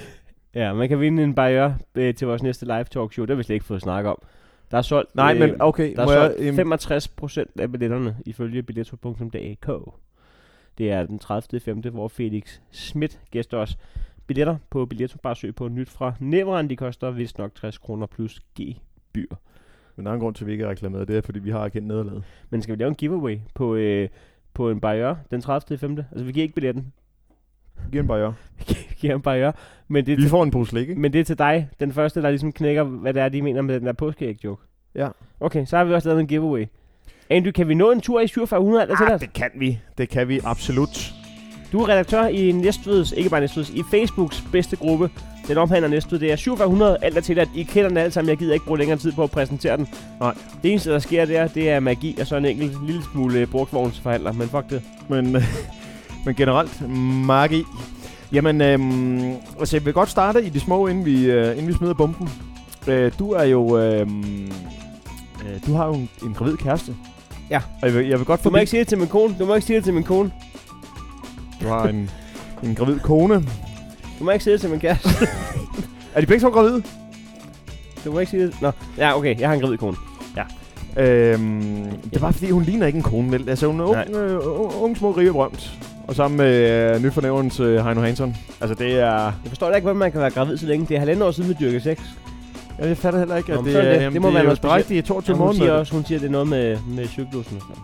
Speaker 5: Ja, man kan vinde en barriere øh, til vores næste live talk show. Det har vi slet ikke fået snakket om. Der er solgt, øh,
Speaker 4: Nej, men okay,
Speaker 5: der er
Speaker 4: må jeg-
Speaker 5: solgt
Speaker 4: øhm,
Speaker 5: 65 procent af billetterne ifølge billetto.dk. Det er den 30. 5. hvor Felix Schmidt gæster os. Billetter på Billetto bare søg på nyt fra Næveren. De koster vist nok 60 kroner plus G-byr.
Speaker 4: Men der er en grund til, at vi ikke har reklameret det, er, fordi vi har erkendt nederlaget.
Speaker 5: Men skal vi lave en giveaway på, øh, på en barriere den 30. 5. Altså, vi giver ikke billetten.
Speaker 4: Vi giver en barriere.
Speaker 5: vi giver en barriere. Men det er
Speaker 4: Vi
Speaker 5: til-
Speaker 4: får en pose slik, ikke?
Speaker 5: Men det er til dig, den første, der ligesom knækker, hvad det er, de mener med den der påskeæg-joke.
Speaker 4: Ja.
Speaker 5: Okay, så har vi også lavet en giveaway. Andy, kan vi nå en tur i 4700 eller til os? Ah, det
Speaker 4: kan vi. Det kan vi absolut.
Speaker 5: Du er redaktør i Næstveds, ikke bare Næstveds, i Facebooks bedste gruppe. Den omhandler Næstved. Det er 4700, alt er til at I kender den alle sammen. Jeg gider ikke bruge længere tid på at præsentere den.
Speaker 4: Nej.
Speaker 5: Det eneste, der sker der, det er magi og så en enkelt lille smule øh, brugtvognsforhandler. Men fuck det.
Speaker 4: Men, men generelt, magi. Jamen, øhm, altså jeg vil godt starte i de små, inden vi, øh, inden vi smider bomben. Øh, du er jo... Øhm, øh, du har jo en, en gravid kæreste.
Speaker 5: Ja.
Speaker 4: Og jeg vil, jeg vil godt
Speaker 5: Du må
Speaker 4: forbi-
Speaker 5: ikke sige det til min kone. Du må ikke sige det til min kone.
Speaker 4: Du har en, en gravid kone.
Speaker 5: Du må ikke sige det til min kæreste.
Speaker 4: Er de begge to gravide?
Speaker 5: Du må ikke sige det. Nå, ja, okay. Jeg har en gravid kone.
Speaker 4: Ja. Øhm, det er bare fordi, hun ligner ikke en kone, vel? Altså, hun er ung, øh, ung, ung små Rikke Brømt. Og sammen med øh, nyfornæverens øh, Heino Hansson. Altså, det er...
Speaker 5: Jeg forstår da ikke, hvordan man kan være gravid så længe. Det er halvandet år siden, vi dyrkede sex.
Speaker 4: Ja, jeg fatter heller ikke, at
Speaker 5: men
Speaker 4: det
Speaker 5: sådan
Speaker 4: er-
Speaker 5: det.
Speaker 4: jamen,
Speaker 5: det må
Speaker 4: det er
Speaker 5: være
Speaker 4: jo
Speaker 5: noget
Speaker 4: drægtige
Speaker 5: specielt.
Speaker 4: 22
Speaker 5: Jamen, hun siger
Speaker 4: måneder.
Speaker 5: også, hun siger, det er noget med, med cyklusen og sådan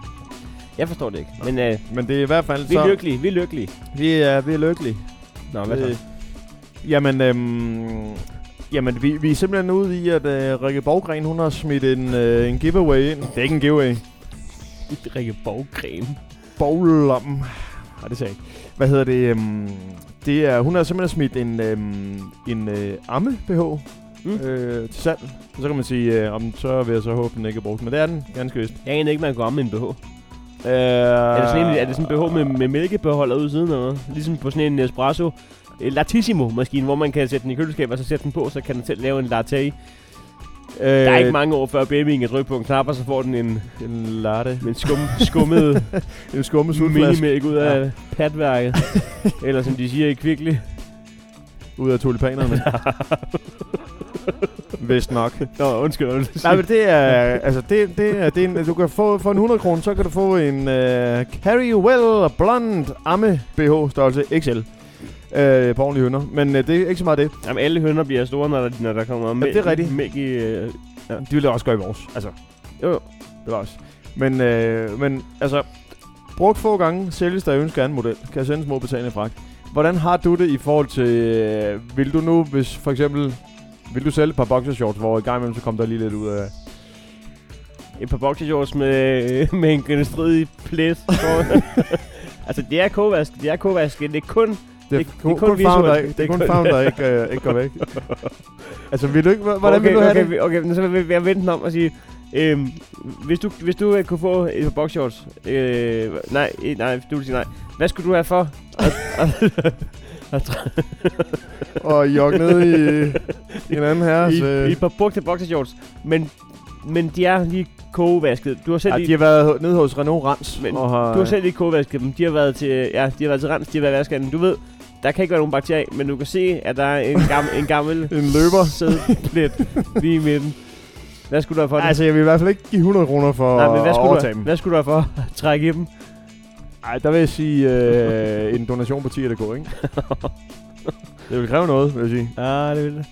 Speaker 5: Jeg forstår det ikke. Men, øh,
Speaker 4: men det er i hvert fald
Speaker 5: Vi er
Speaker 4: så-
Speaker 5: lykkelige, vi er lykkelige.
Speaker 4: Vi er, vi er lykkelige.
Speaker 5: Nå, hvad så?
Speaker 4: Øh, Jamen, øhm, jamen vi, vi er simpelthen ude i, at øh, Rikke Borggren, hun har smidt en, øh, en giveaway ind. Det er ikke en giveaway.
Speaker 5: Rikke Borggren.
Speaker 4: Borglom. Nej, det sagde jeg ikke. Hvad hedder det? Øhm, det er, hun har simpelthen smidt en, øhm, en øh, amme-BH
Speaker 5: mm.
Speaker 4: øh, til salg. Og så kan man sige, øh, om så vil jeg så håbe, den ikke er brugt. Men det er den, ganske vist.
Speaker 5: Jeg aner ikke, man går om med en BH.
Speaker 4: Øh, er,
Speaker 5: Er det sådan en, er det sådan en BH med, med mælkebeholder ude i siden eller noget? Ligesom på sådan en espresso. øh, Latissimo-maskine, hvor man kan sætte den i køleskab og så sætte den på, så kan den selv lave en latte.
Speaker 4: Øh,
Speaker 5: der er ikke mange år før babyen kan trykke på en knap, og så får den en...
Speaker 4: En latte.
Speaker 5: En skum, skummet...
Speaker 4: en skummet
Speaker 5: mini
Speaker 4: sutflaske.
Speaker 5: mælk ud af
Speaker 4: Ja.
Speaker 5: ja. patværket. eller som de siger i Kvickly.
Speaker 4: Ud af tulipanerne. Vist nok.
Speaker 5: Nå, undskyld. undskyld.
Speaker 4: Nej, men det er, altså, det, det, er, det er en, du kan få, for en 100 kroner, så kan du få en uh, Carry Well Blonde Amme BH størrelse XL. Øh, på ordentlige hønder. Men øh, det er ikke så meget det.
Speaker 5: Jamen, alle hønder bliver store, når der, når der kommer mælk,
Speaker 4: det er rigtigt.
Speaker 5: mælk i... Øh, ja.
Speaker 4: De ville også gøre i vores. Altså,
Speaker 5: jo, jo.
Speaker 4: Det var også. Men, øh, men altså, brugt få gange, sælges der ønsker anden model, kan sendes mod betaling af fragt. Hvordan har du det i forhold til, øh, vil du nu, hvis for eksempel, vil du sælge et par boxershorts, hvor i gang imellem så kom der lige lidt ud af...
Speaker 5: Et par boxershorts med, øh, med en gønnestridig plet. foran. altså, det er kovask. Det er kovask. Det er kun... Det,
Speaker 4: Det er, det, kun, kun farven, der, ikke- det er kun farven, der ikke, øh, ikke går væk. altså, vil du ikke, hva- hvordan
Speaker 5: okay,
Speaker 4: vil du have
Speaker 5: okay,
Speaker 4: det?
Speaker 5: vi- Okay, men så vil jeg vente den om og sige... Øhm, hvis du, hvis du øh, kunne få et par boxershorts... Øh, nej, eh, nej, du vil sige nej. Hvad skulle du have for?
Speaker 4: Og jogge ned i, i en anden herres...
Speaker 5: I,
Speaker 4: øh,
Speaker 5: I et par brugte boxershorts. Men, men de er lige kogevasket. Du har selv
Speaker 4: ja,
Speaker 5: lige-
Speaker 4: de har været nede hos Renault Rams. Men og har,
Speaker 5: Du har selv ikke kogevasket dem. De har været til, ja, de har været til rens, de har været i vaskanden. Du ved, der kan ikke være nogen bakterier, i, men du kan se, at der er en, gammel, en gammel en
Speaker 4: løber.
Speaker 5: sædplet lige i midten. Hvad skulle du have for det?
Speaker 4: Altså, jeg vil i hvert fald ikke give 100 kroner for
Speaker 5: Nej, men hvad
Speaker 4: at
Speaker 5: skulle,
Speaker 4: overtage
Speaker 5: du,
Speaker 4: dem.
Speaker 5: hvad skulle du have for at trække i dem?
Speaker 4: Ej, der vil jeg sige øh, en donation på 10 går, ikke? det vil kræve noget, vil jeg sige.
Speaker 5: Ja, det vil det.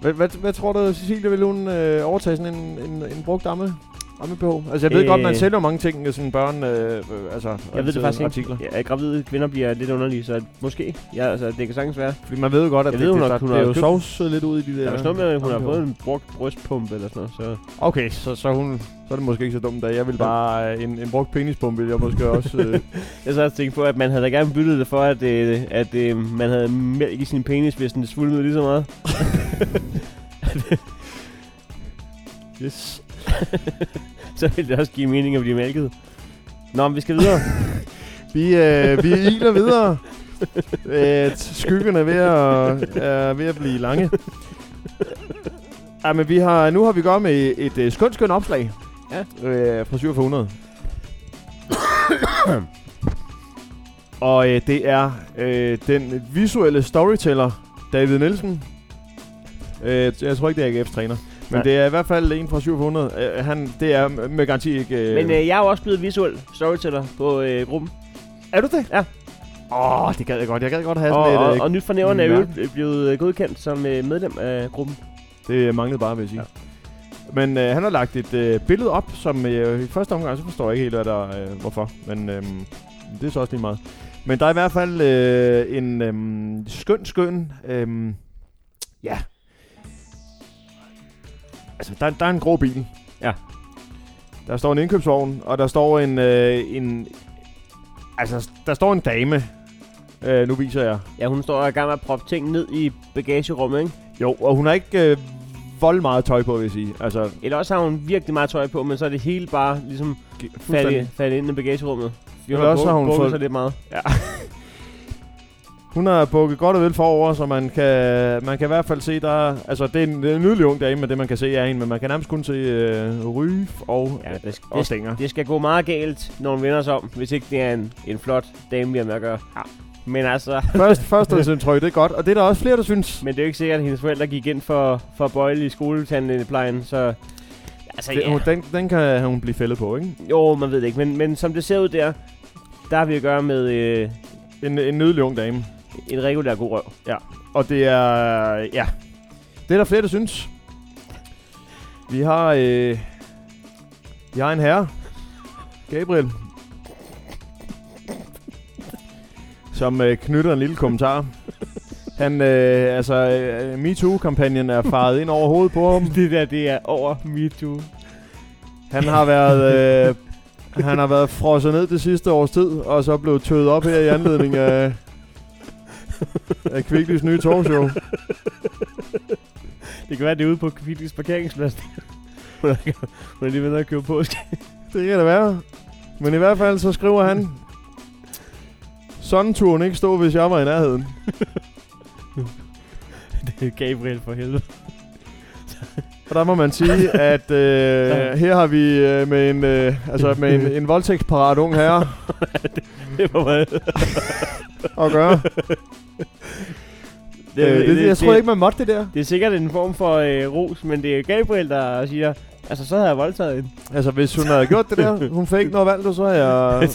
Speaker 4: Hvad, hvad, hvad tror du, Cecilie, vil hun øh, overtage sådan en, en, en brugt damme? Ramme på. Altså, jeg ved øh, godt, man
Speaker 5: Øh.
Speaker 4: sælger mange ting, sådan børn, øh, øh, altså
Speaker 5: Jeg ved det faktisk
Speaker 4: artikler.
Speaker 5: ikke. Ja, gravide kvinder bliver lidt underlige, så måske. Ja, altså, det kan sagtens være.
Speaker 4: Fordi man ved jo godt, at
Speaker 5: jeg
Speaker 4: det-
Speaker 5: ved, hun
Speaker 4: det-
Speaker 5: har,
Speaker 4: der-
Speaker 5: hun
Speaker 4: det
Speaker 5: har
Speaker 4: er jo
Speaker 5: købt-
Speaker 4: sovset lidt ud i de der
Speaker 5: Der er jo sådan noget med, at hun har
Speaker 4: armhøvler.
Speaker 5: fået en brugt brystpumpe eller sådan noget, så...
Speaker 4: Okay, så, så, hun, så er det måske ikke så dumt, da jeg vil bare øh, en, en brugt penispumpe, ville jeg måske også... Øh,
Speaker 5: Jeg så også tænkt på, at man havde da gerne byttet det for, at, øh, at øh, man havde mælk i sin penis, hvis den svulmede lige så meget. yes. så ville det også give mening at blive mælket. Nå, men vi skal videre.
Speaker 4: vi, øh, vi iler videre. Øh, t- skyggerne er ved at, er ved at blive lange. Ja, men vi har, nu har vi godt med et, et øh, skønt, skønt opslag. Ja. Øh, fra 7 for 100. Og øh, det er øh, den visuelle storyteller, David Nielsen. Øh, jeg tror ikke, det er AGF's træner. Men
Speaker 5: Nej.
Speaker 4: Nej. det er i hvert fald en fra 700. Øh, han, det er med garanti ikke... Øh,
Speaker 5: men øh, jeg er jo også blevet visuel storyteller på øh, gruppen.
Speaker 4: Er du det?
Speaker 5: Ja.
Speaker 4: Åh, oh, det gad jeg godt. Jeg gad godt have
Speaker 5: Og,
Speaker 4: sådan
Speaker 5: og,
Speaker 4: lidt... øh,
Speaker 5: og nyt fornævrende er jo
Speaker 4: mærke.
Speaker 5: blevet øh, godkendt som øh, medlem af gruppen.
Speaker 4: Det manglede bare, vil jeg sige. Ja. Men øh, han har lagt et øh, billede op, som øh, i første omgang, så forstår jeg ikke helt, hvad der, øh, hvorfor. Men øh, det er så også lige meget. Men der er i hvert fald øh, en øh, skøn, skøn... Øh, ja. Altså, der, der er en grå bil.
Speaker 5: Ja.
Speaker 4: Der står en indkøbsvogn, og der står en... Øh, en altså, der står en dame. Øh, nu viser jeg.
Speaker 5: Ja, hun står og er i gang med at proppe ting ned i bagagerummet, ikke?
Speaker 4: Jo, og hun har ikke øh, vold meget tøj på, vil jeg sige. Altså,
Speaker 5: Eller også har hun virkelig meget tøj på, men så er det hele bare ligesom
Speaker 4: fuldstændig.
Speaker 5: faldet, faldet ind i bagagerummet.
Speaker 4: Eller også har hun
Speaker 5: fået...
Speaker 4: fået-
Speaker 5: sig lidt meget.
Speaker 4: Ja. Hun har bukket godt og vel forover, så man kan, man kan i hvert fald se, der altså det er en, det er en nydelig ung dame, men det man kan se er hende, men man kan nærmest kun se øh, ryf og,
Speaker 5: Ja, det, skal,
Speaker 4: og stænger.
Speaker 5: det, det skal gå meget galt, når hun vender sig om, hvis ikke det er en, en flot dame, vi har med at gøre. Ja. Men altså,
Speaker 4: Først, førstehåndsindtryk, det er godt, og det er der også flere, der synes.
Speaker 5: men det er jo ikke sikkert, at hendes forældre gik ind for, for bøjle i skoletandplejen, så... Altså,
Speaker 4: Det,
Speaker 5: ja.
Speaker 4: hun, den, den kan hun blive fældet på, ikke?
Speaker 5: Jo, man ved det ikke, men, men som det ser ud der, der har vi at gøre med øh,
Speaker 4: En, en nydelig ung dame.
Speaker 5: en regulær god røv.
Speaker 4: Og det er... Ja. Det er der flere, der synes. Vi har... Øh, vi har en herre. Gabriel. Som øh, knytter en lille kommentar. Han, øh, altså, øh, MeToo-kampagnen er faret ind over hovedet på ham.
Speaker 5: Det der, det er over MeToo.
Speaker 4: Han har været... Øh, han har været frosset ned det sidste års tid, og så blev tøet op her i anledning af, af Kvicklis nye talkshow.
Speaker 5: Det kan være, det er ude på Kvittings parkeringsplads. hun er- hun er lige ved at købe påske.
Speaker 4: Det kan det være. Men i hvert fald så skriver han, sådan turde hun ikke stå, hvis jeg var i nærheden.
Speaker 5: Det er Gabriel for helvede.
Speaker 4: Og der må man sige, at øh, her har vi øh, med en, øh, altså med en, en voldtægtsparat ung herre
Speaker 5: Øh, Det var meget.
Speaker 4: at gøre. Det, øh, det, det, jeg tror ikke, man måtte det der.
Speaker 5: Det er sikkert en form for øh, ros, men det er Gabriel, der siger, altså så havde jeg voldtaget en.
Speaker 4: Altså, hvis hun havde gjort det der, hun fik ikke noget valg, og så havde, jeg,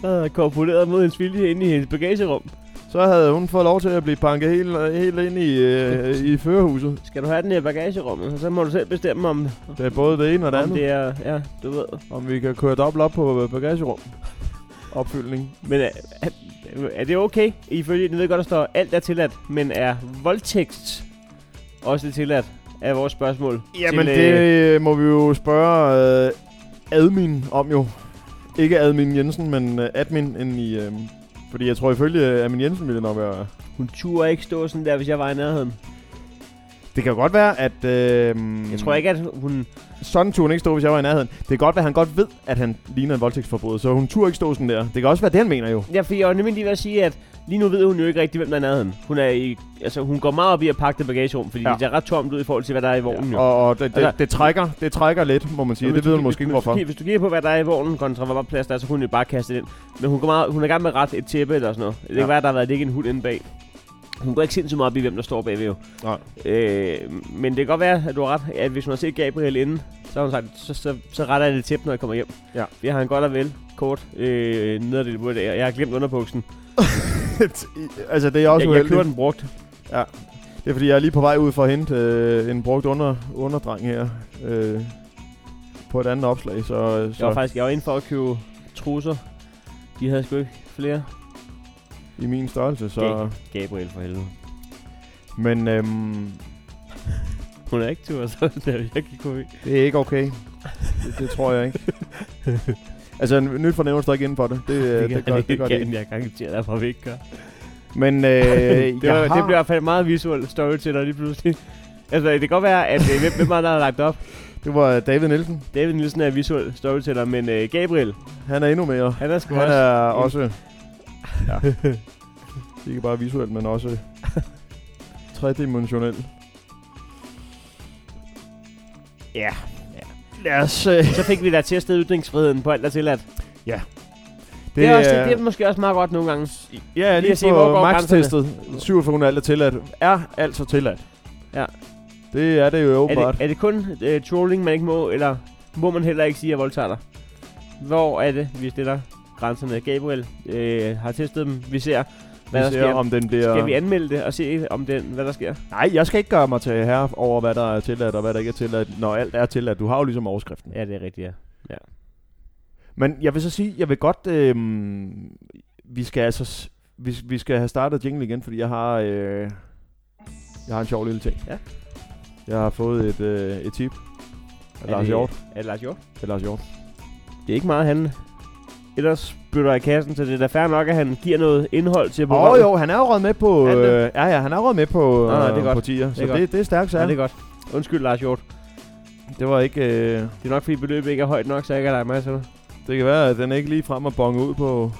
Speaker 5: Så havde jeg korpuleret mod hendes vilje inde i hendes bagagerum.
Speaker 4: så havde hun fået lov til at blive banket helt, helt ind i, øh, i førerhuset.
Speaker 5: Skal du have den i bagagerummet, og så må du selv bestemme, om,
Speaker 4: Det er både det ene og det
Speaker 5: om
Speaker 4: andet.
Speaker 5: det er, ja, du ved.
Speaker 4: Om vi kan køre dobbelt op på øh, bagagerum. Opfyldning.
Speaker 5: Men er, er, er det okay? Ifølge, den ved godt, der står, alt er tilladt, men er voldtægt også tilladt? Er vores spørgsmål.
Speaker 4: Jamen
Speaker 5: til,
Speaker 4: det
Speaker 5: Øh,
Speaker 4: øh, må vi jo spørge øh, admin om jo. Ikke admin Jensen, men øh, admin inde i... Øh, fordi jeg tror ifølge øh, admin Jensen ville det nok være...
Speaker 5: hun turde ikke stå sådan der, hvis jeg var i nærheden.
Speaker 4: Det kan jo godt være, at... Øh,
Speaker 5: Jeg tror ikke, at hun...
Speaker 4: Sådan turde hun ikke stå, hvis jeg var i nærheden. Det kan godt være, at han godt ved, at han ligner en voldtægtsforbryder, så hun turde ikke stå sådan der. Det kan også være, det han mener jo.
Speaker 5: Ja, for jeg var nemlig lige ved at sige, at lige nu ved hun jo ikke rigtig, hvem der er i nærheden. Hun, er i, altså, hun går meget op i at pakke det bagagerum, fordi ja.
Speaker 4: Ja.
Speaker 5: det er ret tomt ud i forhold til, hvad der er i vognen. Ja.
Speaker 4: Og, og det, det,
Speaker 5: Altså-
Speaker 4: det, trækker, det trækker lidt, må man sige. det ved hun måske ikke, hvorfor.
Speaker 5: Hvis, hvis du kigger på, hvad der er i vognen kontra hvor meget plads der er, så kunne hun jo bare kaste det ind. Men hun, går meget, hun er i gang med at rette et tæppe eller sådan noget. Det kan
Speaker 4: Ja.
Speaker 5: være, at der har været ligget en hund inde bag. Hun går ikke sindssygt meget op i, hvem der står bagved jo.
Speaker 4: Nej.
Speaker 5: Øh, men det kan godt være, at du har ret, at hvis hun har set Gabriel inden, så har hun sagt, så, så, så retter jeg det tæppe, når jeg kommer hjem.
Speaker 4: Ja.
Speaker 5: Det har han godt og vel kort øh, nederdel på det. Jeg har glemt underbuksen.
Speaker 4: altså, det er
Speaker 5: Jeg,
Speaker 4: også
Speaker 5: jeg
Speaker 4: uheldigt.
Speaker 5: køber den brugt.
Speaker 4: Det er fordi, jeg er lige på vej ud for at hente øh, en brugt under, underdreng her. Øh, på et andet opslag, så... øh, så
Speaker 5: Jeg var faktisk jeg var inde for at købe trusser. De havde sgu ikke flere.
Speaker 4: I min størrelse, så...
Speaker 5: Ga- Gabriel for helvede.
Speaker 4: Men øhm,
Speaker 5: Hun er ikke tur, så der jeg gik forbi.
Speaker 4: det er ikke okay. Det, det tror jeg ikke. altså, nyt fornævner står ikke inden for det. Det, øh, det,
Speaker 5: kan-
Speaker 4: det, gør, det, gør det
Speaker 5: kan
Speaker 4: ikke.
Speaker 5: jeg garantere dig for, vi ikke gør.
Speaker 4: Men øh,
Speaker 5: det, var,
Speaker 4: jeg har...
Speaker 5: det bliver i hvert fald meget visuel story til dig lige pludselig. Altså, det kan godt være, at øh, hvem, hvem er der der har lagt op?
Speaker 4: det var David Nielsen.
Speaker 5: David Nielsen er visuel storyteller, men øh, Gabriel,
Speaker 4: Han er endnu mere.
Speaker 5: han er sgu
Speaker 4: Han
Speaker 5: også...
Speaker 4: er også... Ja. Ikke bare visuelt, men også tredimensionel.
Speaker 5: Ja.
Speaker 4: Lad os... Øh,
Speaker 5: Så fik vi da til at stede ytringsfriheden på alt, der er tilladt. øh, Det,
Speaker 4: det,
Speaker 5: det, er også, det, det er måske også meget godt nogle gange.
Speaker 4: Ja,
Speaker 5: lige
Speaker 4: lige
Speaker 5: at se, hvor
Speaker 4: på
Speaker 5: går
Speaker 4: max-testet. 47 alt er tilladt. Er altså tilladt.
Speaker 5: Ja.
Speaker 4: Det er det jo
Speaker 5: Er
Speaker 4: åbenbart.
Speaker 5: det, er det kun øh, trolling, man ikke må, eller må man heller ikke sige, at voldtager dig? Hvor er det, vi stiller grænserne? Gabriel øh, har testet dem. Vi ser, hvad
Speaker 4: vi
Speaker 5: der
Speaker 4: ser,
Speaker 5: sker.
Speaker 4: om den bliver...
Speaker 5: Skal vi anmelde det og se, om den, hvad der sker?
Speaker 4: Nej, jeg skal ikke gøre mig til herre over, hvad der er tilladt og hvad der ikke er tilladt, når alt er tilladt. Du har jo ligesom overskriften.
Speaker 5: Ja, det er rigtigt, ja.
Speaker 4: Men jeg vil så sige, jeg vil godt... Øh, vi skal altså... s- Vi, vi skal have startet jingle igen, fordi jeg har... Øh, jeg har en sjov lille ting.
Speaker 5: Ja.
Speaker 4: Jeg har fået et, øh, et tip af
Speaker 5: Er
Speaker 4: Lars
Speaker 5: det-
Speaker 4: Hjort.
Speaker 5: Er det Lars Hjort?
Speaker 4: Det er Lars Hjort.
Speaker 5: Det er ikke meget, han ellers spytter i kassen, så det er da fair nok, at han giver noget indhold til
Speaker 4: Åh
Speaker 5: programmet.
Speaker 4: oh, jo, han er jo røget med på...
Speaker 5: Er han det?
Speaker 4: Øh, ja, ja, han er røget med på,
Speaker 5: Nå, nej, det er
Speaker 4: øh,
Speaker 5: godt.
Speaker 4: på tier, så
Speaker 5: er godt.
Speaker 4: det, det er stærkt
Speaker 5: Ja, det
Speaker 4: særligt.
Speaker 5: er godt. Undskyld, Lars Hjort.
Speaker 4: Det var ikke... Øh,
Speaker 5: Det er nok, fordi beløbet ikke er højt nok, så jeg kan lege mig til dig.
Speaker 4: det kan være, at den ikke lige frem og bonge ud på...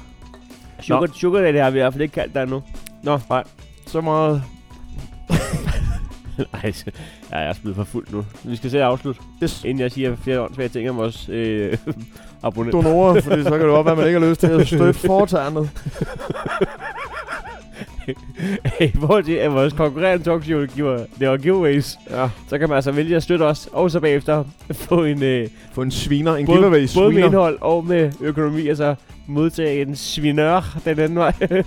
Speaker 5: Sugar, sugar Daddy har vi i hvert fald ikke kaldt dig endnu.
Speaker 4: Nå, nej. Så meget...
Speaker 5: Nej, ja, jeg er også blevet for fuld nu. Vi skal se at afslutte,
Speaker 4: Yes.
Speaker 5: inden jeg siger flere åndssvage ting om vores øh, abonnenter.
Speaker 4: donorer, fordi så kan det godt være, at man ikke har lyst til at støtte foretagendet.
Speaker 5: I forhold til, at vores konkurrerende talkshow giver, laver giveaways,
Speaker 4: Ja.
Speaker 5: så kan man altså vælge at støtte os, og så bagefter få en, øh,
Speaker 4: Få en sviner, en
Speaker 5: både,
Speaker 4: giveaway
Speaker 5: både med
Speaker 4: sviner.
Speaker 5: indhold og med økonomi, og så modtage en svinør den anden vej.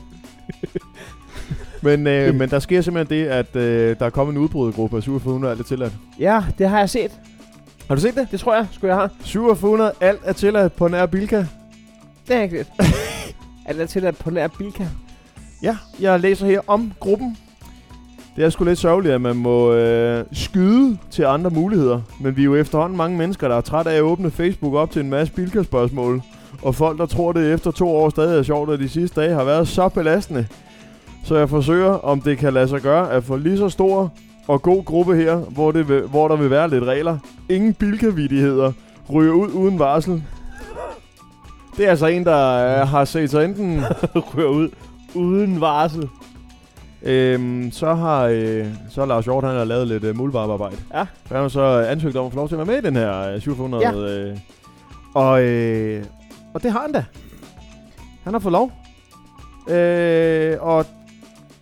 Speaker 4: Men, øh, men der sker simpelthen det, at øh, der er kommet en udbrudegruppe af 4700 alt er tilladt.
Speaker 5: ja, det har jeg set.
Speaker 4: Har du set det?
Speaker 5: Det tror jeg, skulle jeg have.
Speaker 4: 4700 alt er tilladt på nær Bilka.
Speaker 5: Det har jeg ikke set. er det til at på nær Bilka?
Speaker 4: Ja, jeg læser her om gruppen. Det er sgu lidt sørgeligt, at man må øh, skyde til andre muligheder. Men vi er jo efterhånden mange mennesker, der er træt af at åbne Facebook op til en masse Bilka-spørgsmål. Og folk, der tror, det efter to år stadig er sjovt, at de sidste dage har været så belastende. Så jeg forsøger, om det kan lade sig gøre at få lige så stor og god gruppe her, hvor, det vil, hvor der vil være lidt regler. Ingen bilkavidigheder. Ryger ud uden varsel. Det er altså en, der øh, har set sig enten
Speaker 5: Rør ud. Uden varsel.
Speaker 4: Øhm, så har øh, så har Lars Hjort, han har lavet lidt øh, muldvarpearbejde.
Speaker 5: Ja.
Speaker 4: Så han har så ansøgt om at få lov til at være med i den her øh, 700.
Speaker 5: Ja.
Speaker 4: Øh, og, øh, og det har han da. Han har fået lov. Øh, og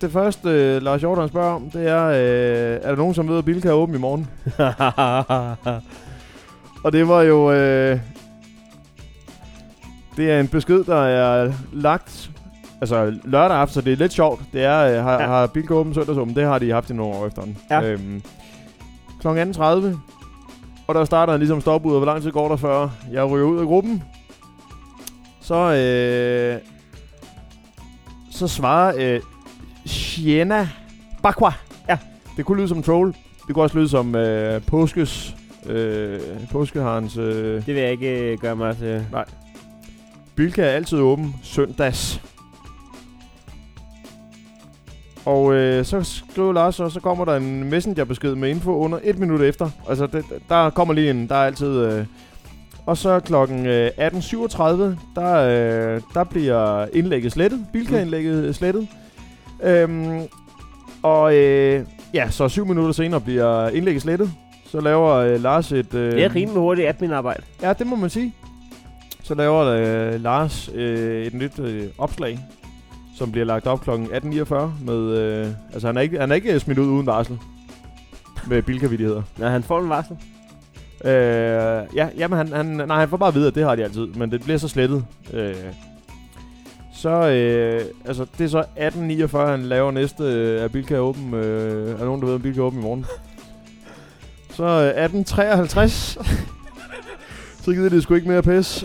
Speaker 4: det første, øh, Lars Hjort, han spørger om, det er, øh, er der nogen, som ved, at Bilka er åben i morgen? Og det var jo... Øh, det er en besked, der er lagt altså lørdag aften, så det er lidt sjovt. Det er, øh, har,
Speaker 5: Ja.
Speaker 4: ja. har Bilka åben søndagsåben, det har de haft i nogle år efterhånden.
Speaker 5: Ja.
Speaker 4: Øhm, kl. 18.30, og der starter han ligesom stopud, og hvor lang tid går der før jeg ryger ud af gruppen? Så, øh, så svarer øh, Sienna Bakwa.
Speaker 5: Ja.
Speaker 4: Det kunne lyde som troll. Det kunne også lyde som øh, påskes, øh, påskeharens... Øh,
Speaker 5: Det vil jeg ikke øh, gøre mig til.
Speaker 4: Bilka er altid åben søndags. Og øh, så skriver Lars, og så kommer der en messengerbesked med info under et minut efter. Altså, det, der kommer lige en, der er altid... Øh. Og så klokken øh, 18.37, der, øh, der bliver indlægget slettet. Bilka-indlægget mm. slettet. Øhm, og øh, ja, så syv minutter senere bliver indlægget slettet. Så laver øh, Lars et... Øh,
Speaker 5: Det er rimelig hurtigt adminarbejde.
Speaker 4: Ja, det må man sige. Så laver øh, Lars øh, et nyt øh, opslag, som bliver lagt op kl. 18.49. Med, øh, altså, han er, ikke, han er ikke smidt ud uden varsel med bilkavidigheder.
Speaker 5: Når han får en varsel.
Speaker 4: Øh, ja, jamen, han, han, nej, han får bare at vide, at det har de altid, men det bliver så slettet. Øh, så, øh, altså, det er så 18.49, han laver næste øh, af Bilka er åben. Øh, er der nogen, der ved, om Bilka er åben i morgen? Så øh, 18.53. Så gider det sgu ikke mere pis.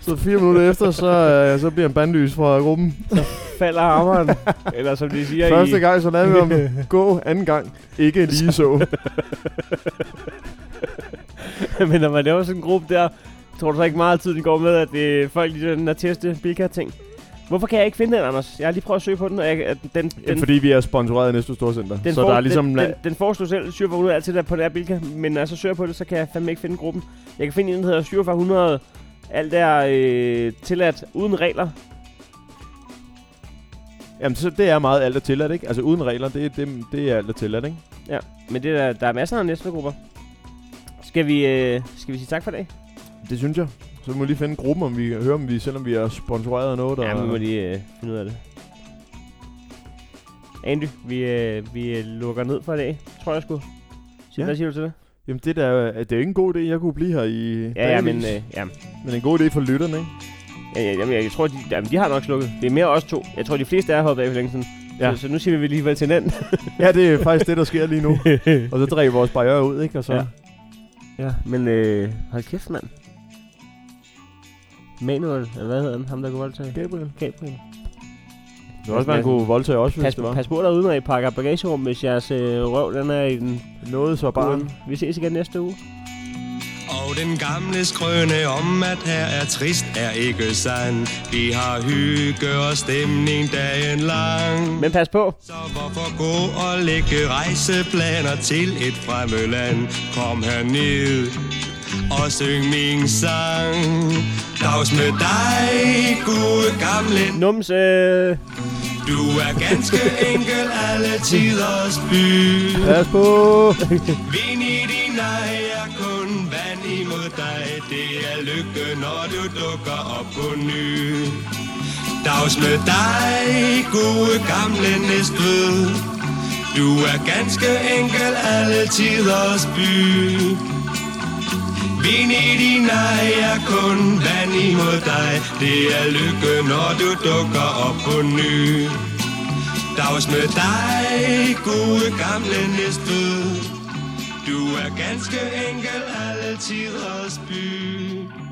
Speaker 4: Så fire minutter efter, så, øh, så bliver han bandlys fra gruppen. Så
Speaker 5: falder hammeren. Eller som de siger
Speaker 4: Første
Speaker 5: i-
Speaker 4: gang, så lader vi ham gå. Anden gang, ikke lige så.
Speaker 5: Men når man laver sådan en gruppe der, tror du så ikke meget tid, den går med, at øh, folk lige den der teste Bilka-ting? Hvorfor kan jeg ikke finde den, Anders? Jeg har lige prøvet at søge på den, og jeg, at den, den,
Speaker 4: Fordi vi er sponsoreret af Næste Storcenter.
Speaker 5: den,
Speaker 4: så der er ligesom...
Speaker 5: den,
Speaker 4: la-
Speaker 5: den, den foreslår selv, Syrfar er altid der på den her Bilka, men når jeg så søger på det, så kan jeg fandme ikke finde gruppen. Jeg kan finde en, der hedder Syrfar 100, alt er øh, tilladt uden regler.
Speaker 4: Jamen, så det er meget alt er tilladt, ikke? Altså uden regler, det, det, det er alt er tilladt, ikke?
Speaker 5: Ja, men det er, der- der er masser af næste grupper. Skal vi, øh, skal vi sige tak for i dag?
Speaker 4: Det synes jeg. Så vi må lige finde gruppen, om vi hører, om vi, selvom vi er sponsoreret af noget, der...
Speaker 5: Ja, vi må lige øh, finde ud af det. Andy, vi, øh, vi øh, lukker ned for i dag, tror jeg sgu. Så
Speaker 4: Ja.
Speaker 5: Hvad siger du til det?
Speaker 4: Jamen, det, der, øh, det er jo ikke en god idé, jeg kunne blive her i
Speaker 5: Ja, ja, men,
Speaker 4: dagevis.
Speaker 5: øh, ja.
Speaker 4: Men en god idé for lytterne, ikke?
Speaker 5: Ja, ja, jamen, jeg tror, de, jamen, de har nok slukket. Det er mere os to. Jeg tror, de fleste er hoppet af for længe siden.
Speaker 4: Ja.
Speaker 5: Ja. Så, så nu siger vi lige vel til hinanden.
Speaker 4: Ja, det er faktisk det, der sker lige nu. Og så dræber vores barriere ud, ikke? Og så...
Speaker 5: Ja. ja, men øh, hold kæft, mand. Manuel, eller hvad hedder han? Ham, der kunne voldtage?
Speaker 4: Gabriel.
Speaker 5: Gabriel.
Speaker 4: Det kunne også være, han kunne voldtage også, hvis
Speaker 5: pas,
Speaker 4: det var.
Speaker 5: Pas på derude, når I pakker bagagerum, hvis jeres øh, røv den er i den...
Speaker 4: Noget så
Speaker 5: barn. Vi ses igen næste uge.
Speaker 3: Og den gamle skrøne om, at her er trist, er ikke sand. Vi har hygge og stemning dagen lang.
Speaker 5: Men pas på.
Speaker 3: Så hvorfor gå og lægge rejseplaner til et fremmed land? Kom herned og syng min sang. Dags med dig, gode gamle.
Speaker 5: Numse.
Speaker 3: Du er ganske enkel alle tiders by.
Speaker 4: Pas på!
Speaker 3: Vind i din ej er kun vand imod dig. Det er lykke, når du dukker op på ny. Dags med dig, gode gamle næstved. Du er ganske enkel alle tiders by. Vind i din ej er kun vand imod dig. Det er lykke, når du dukker op på ny. Dags med dig, gode gamle næstved. Du er ganske enkel alle tiders by.